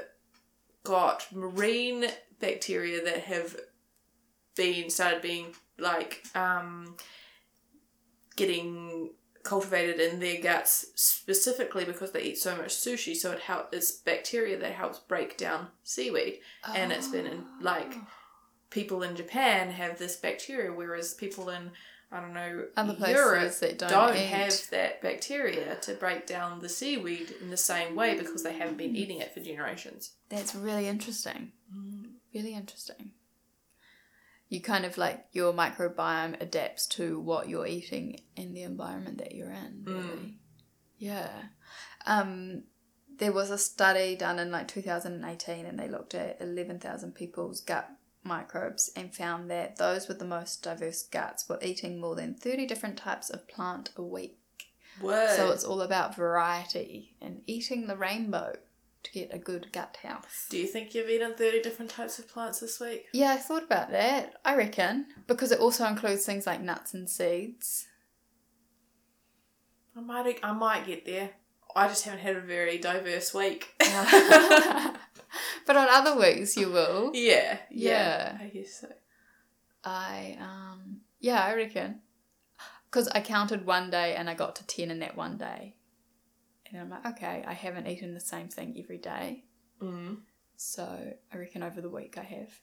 Speaker 1: got marine bacteria that have been started being like um, getting cultivated in their guts specifically because they eat so much sushi. So it help it's bacteria that helps break down seaweed. And it's been in, like,
Speaker 2: Oh.
Speaker 1: People in Japan have this bacteria, whereas people in I don't know
Speaker 2: other places
Speaker 1: Europe
Speaker 2: that don't,
Speaker 1: don't
Speaker 2: eat.
Speaker 1: have that bacteria to break down the seaweed in the same way because they haven't been eating it for generations.
Speaker 2: That's really interesting. Really interesting. You kind of like your microbiome adapts to what you're eating and the environment that you're in, really.
Speaker 1: Mm.
Speaker 2: Yeah. Um, there was a study done in like 2018 and they looked at 11,000 people's gut microbes and found that those with the most diverse guts were eating more than 30 different types of plant a week.
Speaker 1: Word.
Speaker 2: So it's all about variety and eating the rainbow to get a good gut health.
Speaker 1: Do you think you've eaten 30 different types of plants this week?
Speaker 2: Yeah, I thought about that. I reckon because it also includes things like nuts and seeds.
Speaker 1: I might I might get there. I just haven't had a very diverse week.
Speaker 2: but on other weeks, you will.
Speaker 1: yeah, yeah.
Speaker 2: Yeah.
Speaker 1: I guess so.
Speaker 2: I um yeah, I reckon because I counted one day and I got to ten in that one day, and I'm like, okay, I haven't eaten the same thing every day,
Speaker 1: Mm.
Speaker 2: so I reckon over the week I have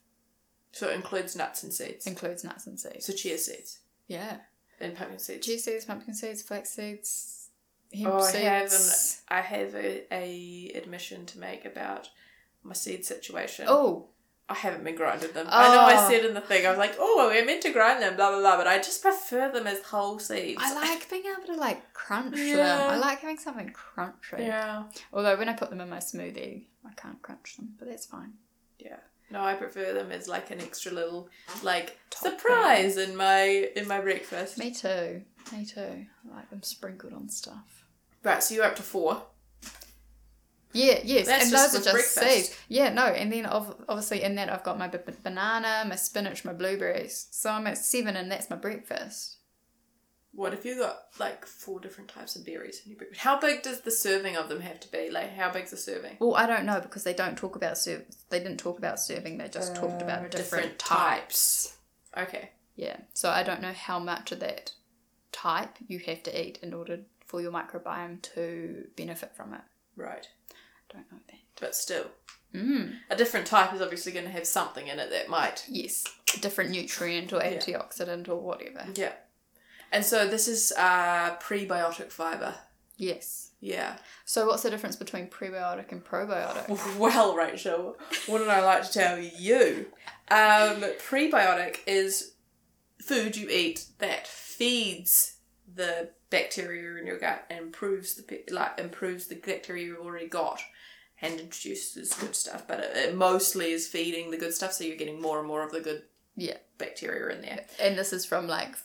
Speaker 1: So it includes nuts and seeds.
Speaker 2: includes nuts and seeds.
Speaker 1: so chia seeds.
Speaker 2: Yeah.
Speaker 1: and pumpkin seeds.
Speaker 2: Chia seeds, pumpkin seeds, flax seeds, hemp
Speaker 1: Oh, I have, an,
Speaker 2: seeds.
Speaker 1: I have a, a admission to make about my seed situation.
Speaker 2: Oh,
Speaker 1: I haven't been grinding them. I know I
Speaker 2: Oh.
Speaker 1: said in the thing, I was like, oh, we're meant to grind them, blah, blah, blah, but I just prefer them as whole seeds.
Speaker 2: I like being able to like crunch
Speaker 1: Yeah.
Speaker 2: them. I like having something crunchy.
Speaker 1: Yeah.
Speaker 2: Although when I put them in my smoothie, I can't crunch them, but that's fine.
Speaker 1: Yeah. No, I prefer them as like an extra little like
Speaker 2: Topping.
Speaker 1: surprise in my in my breakfast.
Speaker 2: Me too. Me too. I like them sprinkled on stuff.
Speaker 1: Right, so you're up to four.
Speaker 2: Yeah, yes,
Speaker 1: That's
Speaker 2: and
Speaker 1: just
Speaker 2: those
Speaker 1: for
Speaker 2: are just
Speaker 1: breakfast.
Speaker 2: seeds. Yeah, no, and then ob- obviously in that I've got my b- b- banana, my spinach, my blueberries. So I'm at seven, and that's my breakfast.
Speaker 1: What if you got like four different types of berries in your breakfast? How big does the serving of them have to be? Like how big's the serving?
Speaker 2: Well, I don't know because they don't talk about serve. They didn't talk about serving. They just
Speaker 1: Uh,
Speaker 2: talked about different, types.
Speaker 1: Okay.
Speaker 2: Yeah, so I don't know how much of that type you have to eat in order for your microbiome to benefit from it.
Speaker 1: Right.
Speaker 2: Don't know that.
Speaker 1: But still.
Speaker 2: Mm.
Speaker 1: A different type is obviously gonna have something in it that might
Speaker 2: Yes, different nutrient or
Speaker 1: Yeah.
Speaker 2: antioxidant or whatever.
Speaker 1: Yeah. And so this is uh prebiotic fiber.
Speaker 2: Yes.
Speaker 1: Yeah.
Speaker 2: So what's the difference between prebiotic and probiotic?
Speaker 1: Well, Rachel, what did I like to tell you? Um, prebiotic is food you eat that feeds the bacteria in your gut and improves the pe- like improves the bacteria you've already got and introduces good stuff. But it, it mostly is feeding the good stuff, so you're getting more and more of the good
Speaker 2: Yeah.
Speaker 1: bacteria in there.
Speaker 2: And this is from like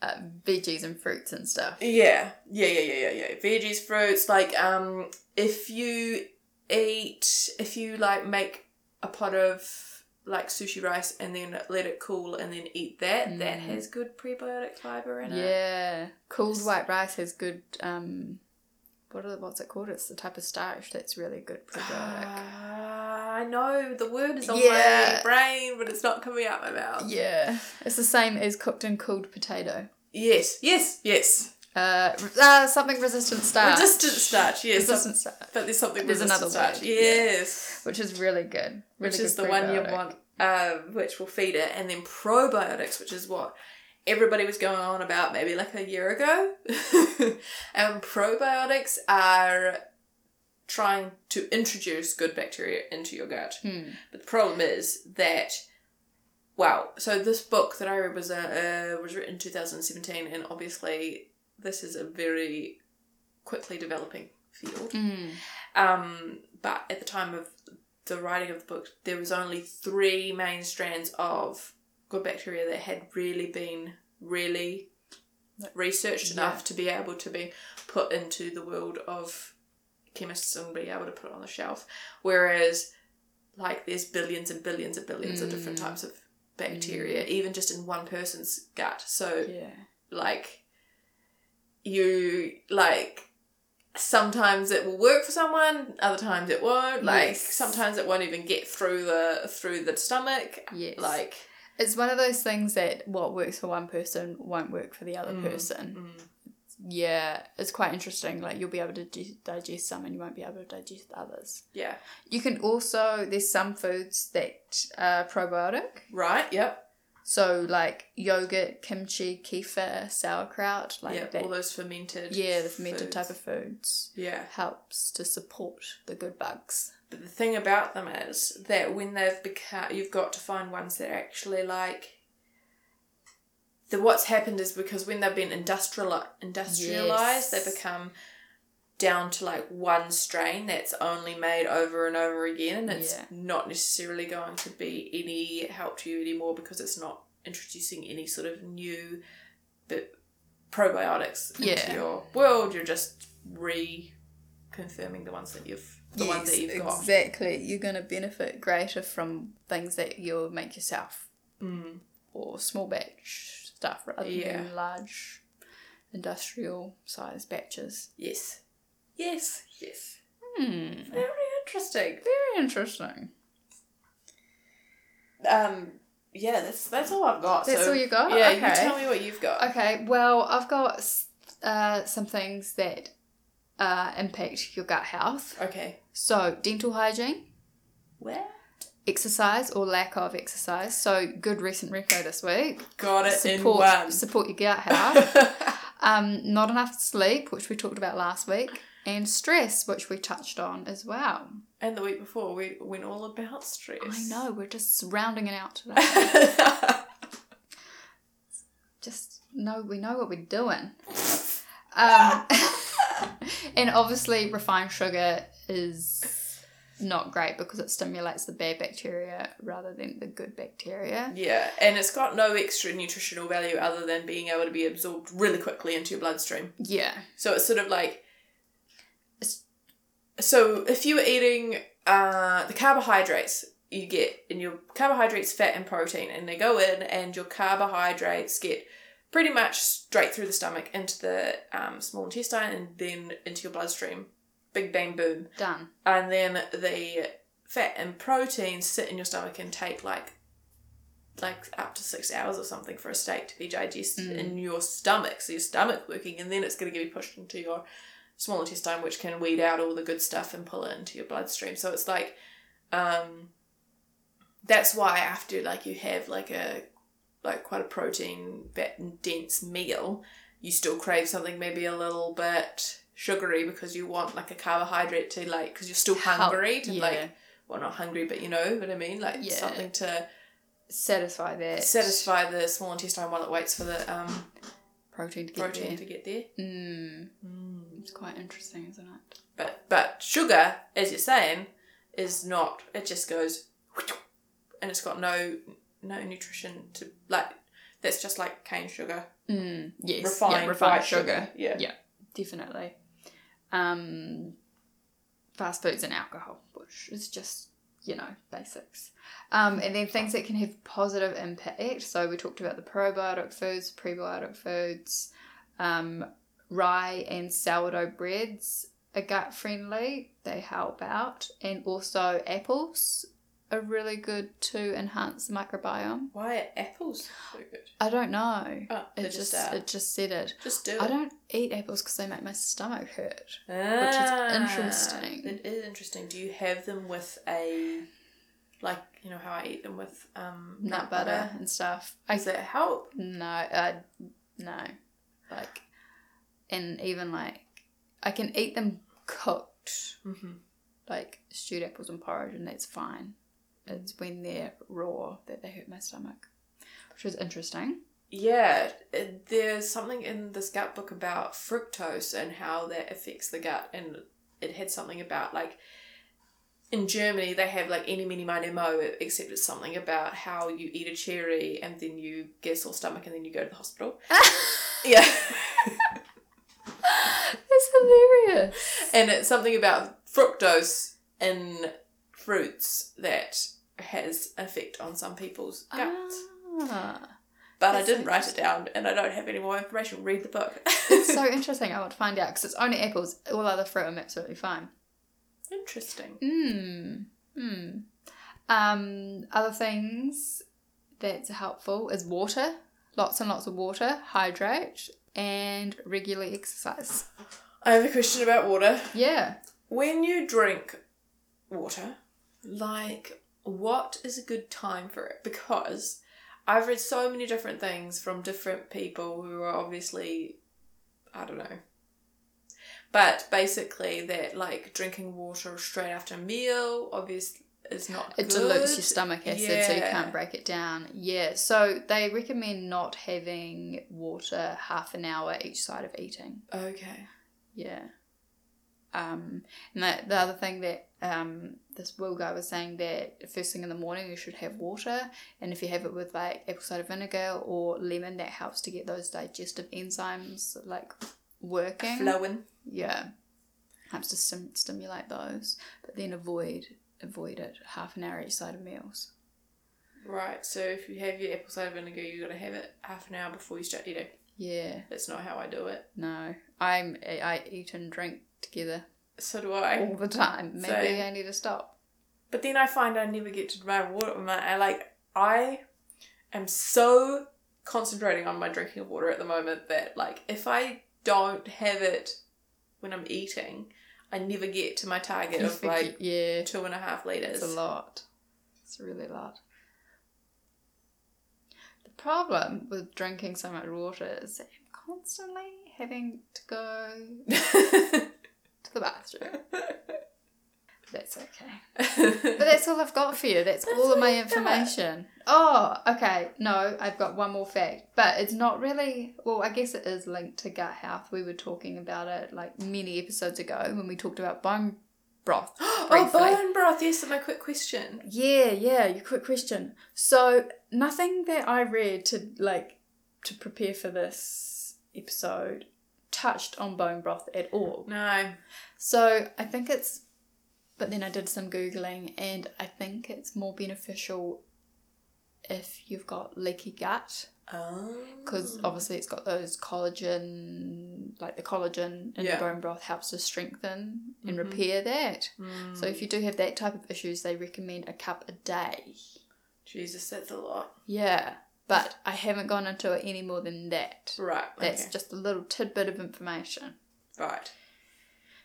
Speaker 2: uh, veggies and fruits and stuff.
Speaker 1: Yeah, yeah, yeah, yeah, yeah, yeah. Veggies, fruits, like um, if you eat, if you like make a pot of like sushi rice and then let it cool and then eat that, that
Speaker 2: Mm.
Speaker 1: has good prebiotic fiber in it.
Speaker 2: Yeah, cooled white rice has good. Um, what are the, what's it called? It's the type of starch that's really good probiotic.
Speaker 1: Ah, I know the word is on my
Speaker 2: Yeah.
Speaker 1: brain, but it's not coming out my mouth.
Speaker 2: yeah, it's the same as cooked and cooled potato.
Speaker 1: Yes, yes, yes.
Speaker 2: Uh, re- uh something resistant starch.
Speaker 1: Resistant starch. Yes,
Speaker 2: Resistant starch,
Speaker 1: but there's something
Speaker 2: Ah. There's
Speaker 1: resistant
Speaker 2: another
Speaker 1: starch.
Speaker 2: word, yeah.
Speaker 1: Yes.
Speaker 2: which is really good. Really
Speaker 1: which is
Speaker 2: good
Speaker 1: the one you
Speaker 2: prebiotic.
Speaker 1: want, uh, which will feed it, and then probiotics, which is what everybody was going on about maybe like a year ago. and probiotics are trying to introduce good bacteria into your gut.
Speaker 2: Hmm.
Speaker 1: But the problem is that, wow, so this book that I read was, uh, uh, was written in 2017, and obviously this is a very quickly developing field.
Speaker 2: Mm.
Speaker 1: Um, but at the time of the writing of the book, there was only three main strands of good bacteria that had really been really researched
Speaker 2: Yeah.
Speaker 1: enough to be able to be put into the world of chemists and be able to put on the shelf. Whereas, like, there's billions and billions and billions of different
Speaker 2: Mm.
Speaker 1: types of bacteria, even just in one person's gut. So,
Speaker 2: Yeah.
Speaker 1: like you like sometimes it will work for someone other times it won't like
Speaker 2: Yes.
Speaker 1: sometimes it won't even get through the through the stomach
Speaker 2: Yes.
Speaker 1: like
Speaker 2: It's one of those things that what works for one person won't work for the other
Speaker 1: Mm,
Speaker 2: person. Yeah, it's quite interesting. Like you'll be able to di- digest some, and you won't be able to digest others.
Speaker 1: yeah
Speaker 2: You can also there's some foods that are probiotic.
Speaker 1: right yep
Speaker 2: So like yogurt, kimchi, kefir, sauerkraut, like
Speaker 1: yeah
Speaker 2: that.
Speaker 1: all those fermented
Speaker 2: yeah, the fermented
Speaker 1: foods.
Speaker 2: type of foods
Speaker 1: yeah
Speaker 2: helps to support the good bugs.
Speaker 1: But the thing about them is that when they've become, you've got to find ones that are actually like. The what's happened is because when they've been industrial industrialized, they
Speaker 2: Yes.
Speaker 1: become down to like one strain that's only made over and over again, and it's
Speaker 2: Yeah.
Speaker 1: not necessarily going to be any help to you anymore because it's not introducing any sort of new bi- probiotics into
Speaker 2: Yeah.
Speaker 1: your world. You're just reconfirming the ones that you've the ones that you've got.
Speaker 2: exactly. You're gonna benefit greater from things that you'll make yourself
Speaker 1: Mm.
Speaker 2: or small batch stuff rather
Speaker 1: Yeah.
Speaker 2: than large industrial size batches.
Speaker 1: Yes. Yes. Yes.
Speaker 2: Hmm.
Speaker 1: Very interesting.
Speaker 2: Very interesting.
Speaker 1: Um. Yeah. That's that's all I've got.
Speaker 2: That's
Speaker 1: so-
Speaker 2: all you got?
Speaker 1: Yeah. You
Speaker 2: Okay.
Speaker 1: tell me what you've got.
Speaker 2: Okay, well, I've got s- uh, some things that uh, impact your gut health.
Speaker 1: Okay.
Speaker 2: So, dental hygiene.
Speaker 1: Where?
Speaker 2: exercise or lack of exercise. So good recent reco this week.
Speaker 1: Got it
Speaker 2: Support
Speaker 1: in one.
Speaker 2: support your gut health. um, not enough sleep, which we talked about last week, and stress, which we touched on as well.
Speaker 1: and the week before, we went all about stress.
Speaker 2: I know we're just rounding it out today. just know we know what we're doing. Um, and obviously, refined sugar is not great because it stimulates the bad bacteria rather than the good bacteria.
Speaker 1: yeah, and it's got no extra nutritional value other than being able to be absorbed really quickly into your bloodstream.
Speaker 2: Yeah,
Speaker 1: So it's sort of like.
Speaker 2: It's-
Speaker 1: So if you were eating uh, the carbohydrates you get in your carbohydrates, fat, and protein, and they go in, and your carbohydrates get pretty much straight through the stomach into the um, small intestine and then into your bloodstream. Big bang boom.
Speaker 2: done.
Speaker 1: And then the fat and protein sit in your stomach and take like like up to six hours or something for a steak to be digested
Speaker 2: Mm.
Speaker 1: in your stomach. So your stomach working, and then it's going to get pushed into your small intestine, which can weed out all the good stuff and pull it into your bloodstream. So it's like, um, that's why after like you have like a like quite a protein but dense meal, you still crave something maybe a little bit sugary because you want like a carbohydrate to like because you're still
Speaker 2: Help,
Speaker 1: hungry to
Speaker 2: yeah.
Speaker 1: like well not hungry but you know what I mean like
Speaker 2: Yeah.
Speaker 1: something to
Speaker 2: Satisfy that.
Speaker 1: satisfy the small intestine while it waits for the um,
Speaker 2: protein to get
Speaker 1: protein
Speaker 2: protein.
Speaker 1: to get there.
Speaker 2: there. Mm, it's quite interesting, isn't it?
Speaker 1: But but sugar, as you're saying, is not. It just goes, and it's got no no nutrition to like. That's just like cane sugar,
Speaker 2: Mm, yes. yeah,
Speaker 1: refined, white sugar. Yeah.
Speaker 2: Yeah, definitely. Um, fast foods and alcohol, which is just you know basics. Um, and then things that can have positive impact. So we talked about the probiotic foods, prebiotic foods, um, rye and sourdough breads are gut friendly. They help out, and also apples are really good to enhance the microbiome.
Speaker 1: Why are apples so good?
Speaker 2: I don't know.
Speaker 1: Oh,
Speaker 2: It
Speaker 1: they're
Speaker 2: just
Speaker 1: just uh,
Speaker 2: it just said it.
Speaker 1: just do it.
Speaker 2: I don't eat apples because they make my stomach hurt.
Speaker 1: Ah,
Speaker 2: interesting.
Speaker 1: It is interesting. Do you have them with a like you know how I eat them with um,
Speaker 2: Nut butter and stuff. I
Speaker 1: Does that help?
Speaker 2: no, uh, no, like, and even like, I can eat them cooked,
Speaker 1: Mm-hmm.
Speaker 2: like stewed apples and porridge, and that's fine. It's when they're raw that they hurt my stomach, which is interesting.
Speaker 1: Yeah, it- there's something in this gut book about fructose and how that affects the gut, and it had something about like in Germany they have like any mini miny mo, except it's something about how you eat a cherry and then you get a sore stomach and then you go to the hospital. yeah,
Speaker 2: It's hilarious.
Speaker 1: and it's something about fructose in fruits that has effect on some people's guts.
Speaker 2: Ah,
Speaker 1: but I
Speaker 2: that's
Speaker 1: didn't
Speaker 2: so
Speaker 1: write it down, and I don't have any more information. Read the book.
Speaker 2: so interesting. I want to find out because it's only apples. All other fruit I'm absolutely fine.
Speaker 1: Interesting.
Speaker 2: Mm. Mm. Um, other things that's helpful is water. Lots and lots of water, hydrate, and regularly exercise.
Speaker 1: I have a question about water.
Speaker 2: Yeah.
Speaker 1: When you drink water, like what is a good time for it? Because I've read so many different things from different people who are obviously, I don't know. But basically, that like drinking water straight after a meal, obviously, is not
Speaker 2: It
Speaker 1: good.
Speaker 2: dilutes your stomach acid so you
Speaker 1: Yeah.
Speaker 2: can't break it down. Yeah. So they recommend not having water half an hour each side of eating.
Speaker 1: Okay.
Speaker 2: Yeah. Um, and that, the other thing that um, this Will guy was saying that first thing in the morning you should have water, and if you have it with like apple cider vinegar or lemon, that helps to get those digestive enzymes like working.
Speaker 1: Flowing.
Speaker 2: Yeah, helps to stim- stimulate those, but then avoid avoid it half an hour each side of meals.
Speaker 1: Right, so if you have your apple cider vinegar, you gotta have it half an hour before you start eating.
Speaker 2: Yeah,
Speaker 1: That's not how I do it.
Speaker 2: no, I'm I- I eat and drink together
Speaker 1: So do I.
Speaker 2: all the time. Maybe
Speaker 1: Same.
Speaker 2: I need to stop.
Speaker 1: But then I find I never get to my water. My, I like I am so concentrating on my drinking of water at the moment that like if I don't have it when I'm eating, I never get to my target
Speaker 2: You
Speaker 1: of
Speaker 2: forget-
Speaker 1: like
Speaker 2: yeah,
Speaker 1: two and a half
Speaker 2: it's a
Speaker 1: liters.
Speaker 2: lot. It's It's really loud. The problem with drinking so much water is that I'm constantly having to go to the bathroom. That's okay. But that's all I've got for you. That's all of my information. Oh, okay. No, I've got one more fact, but it's not really. Well, I guess it is linked to gut health. We were talking about it like many episodes ago when we talked about bone broth.
Speaker 1: oh,
Speaker 2: briefly.
Speaker 1: bone broth. Yes, my quick question.
Speaker 2: Yeah, yeah, your quick question. So nothing that I read to like to prepare for this episode touched on bone broth at all.
Speaker 1: No.
Speaker 2: So I think it's but then I did some googling and I think it's more beneficial if you've got leaky gut
Speaker 1: Oh.
Speaker 2: because obviously it's got those collagen like the collagen in
Speaker 1: Yeah.
Speaker 2: the bone broth helps to strengthen and
Speaker 1: Mhm.
Speaker 2: repair that.
Speaker 1: Mm.
Speaker 2: So if you do have that type of issues they recommend a cup a day.
Speaker 1: Jesus, that's a lot.
Speaker 2: Yeah, but I haven't gone into it any more than that.
Speaker 1: Right.
Speaker 2: That's
Speaker 1: okay.
Speaker 2: just a little tidbit of information.
Speaker 1: right.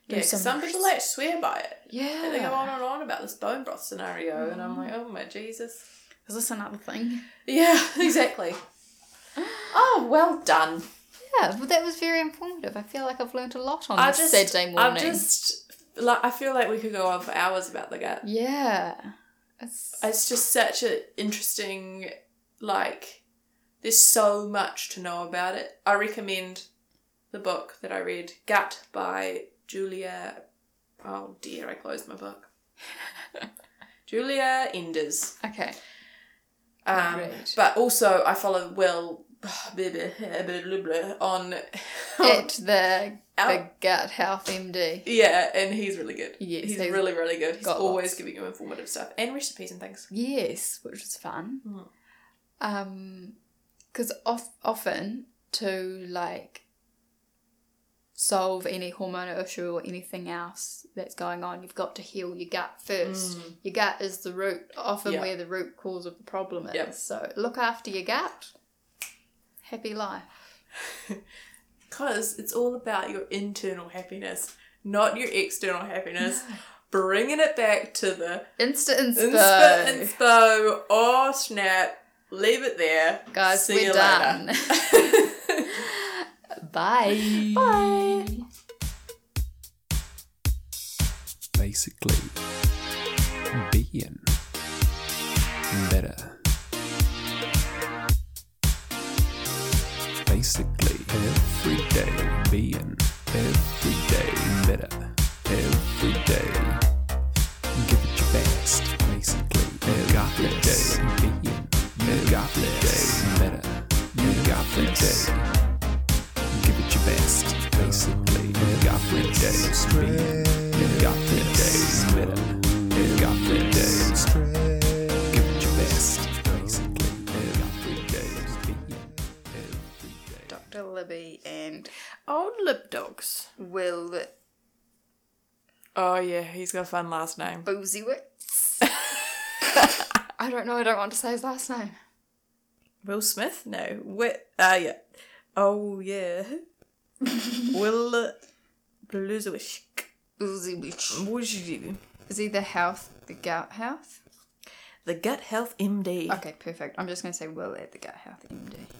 Speaker 2: Do
Speaker 1: Yeah, 'cause
Speaker 2: some
Speaker 1: some people like swear by it. And they go on
Speaker 2: Yeah.
Speaker 1: and on about this bone broth scenario, and I'm like, oh my Jesus.
Speaker 2: Is this another thing?
Speaker 1: Yeah, exactly. oh, well done.
Speaker 2: Yeah, well, that was very informative. I feel like I've learnt a lot on
Speaker 1: I
Speaker 2: this
Speaker 1: just,
Speaker 2: Saturday morning.
Speaker 1: I just, like, I feel like we could go on for hours about the gut.
Speaker 2: Yeah. It's,
Speaker 1: It's just such an interesting, like, there's so much to know about it. I recommend the book that I read, Gut by Julia. Oh dear, I closed my book. Julia Enders.
Speaker 2: okay.
Speaker 1: Um,
Speaker 2: Right.
Speaker 1: But also, I follow Will on.
Speaker 2: At the, the
Speaker 1: Out.
Speaker 2: Gut Health MD.
Speaker 1: yeah, and he's really good.
Speaker 2: Yes,
Speaker 1: he's
Speaker 2: he's
Speaker 1: really, really good. He's
Speaker 2: got
Speaker 1: always
Speaker 2: lots.
Speaker 1: giving you informative stuff and recipes and things.
Speaker 2: Yes, which was fun.
Speaker 1: Mm.
Speaker 2: Um, because of, often to like solve any hormonal issue or anything else that's going on, you've got to heal your gut first.
Speaker 1: Mm.
Speaker 2: Your gut is the root, often
Speaker 1: Yeah.
Speaker 2: where the root cause of the problem is.
Speaker 1: Yep.
Speaker 2: So look after your gut. Happy life.
Speaker 1: Because it's all about your internal happiness, not your external happiness. Bringing it back to the
Speaker 2: Insta inspo.
Speaker 1: inspo, inspo or snap. Leave it there.
Speaker 2: Guys,
Speaker 1: See
Speaker 2: we're
Speaker 1: you
Speaker 2: done.
Speaker 1: later.
Speaker 2: Bye. Bye.
Speaker 3: basically being better. Basically, every day being every day better. Every day, give it your best. Basically, every day being every day better. You got this. Give it your best. Basically, you got this. Being you got this. Better. You got this. Give it your best. Basically, you got this. Being
Speaker 2: Dr. Libby and
Speaker 1: Old lip dogs.
Speaker 2: Will
Speaker 1: Oh yeah, he's got a fun last name.
Speaker 2: Boozywitz. I don't know. I don't want to say his last name.
Speaker 1: Will Smith? No. Wit. Ah, yeah. Oh, yeah. Will Blueswish.
Speaker 2: Boozywitz.
Speaker 1: The
Speaker 2: Is he the health, the gout health?
Speaker 1: Gut Health MD.
Speaker 2: Okay, perfect. I'm just going to say Will at the gout health MD.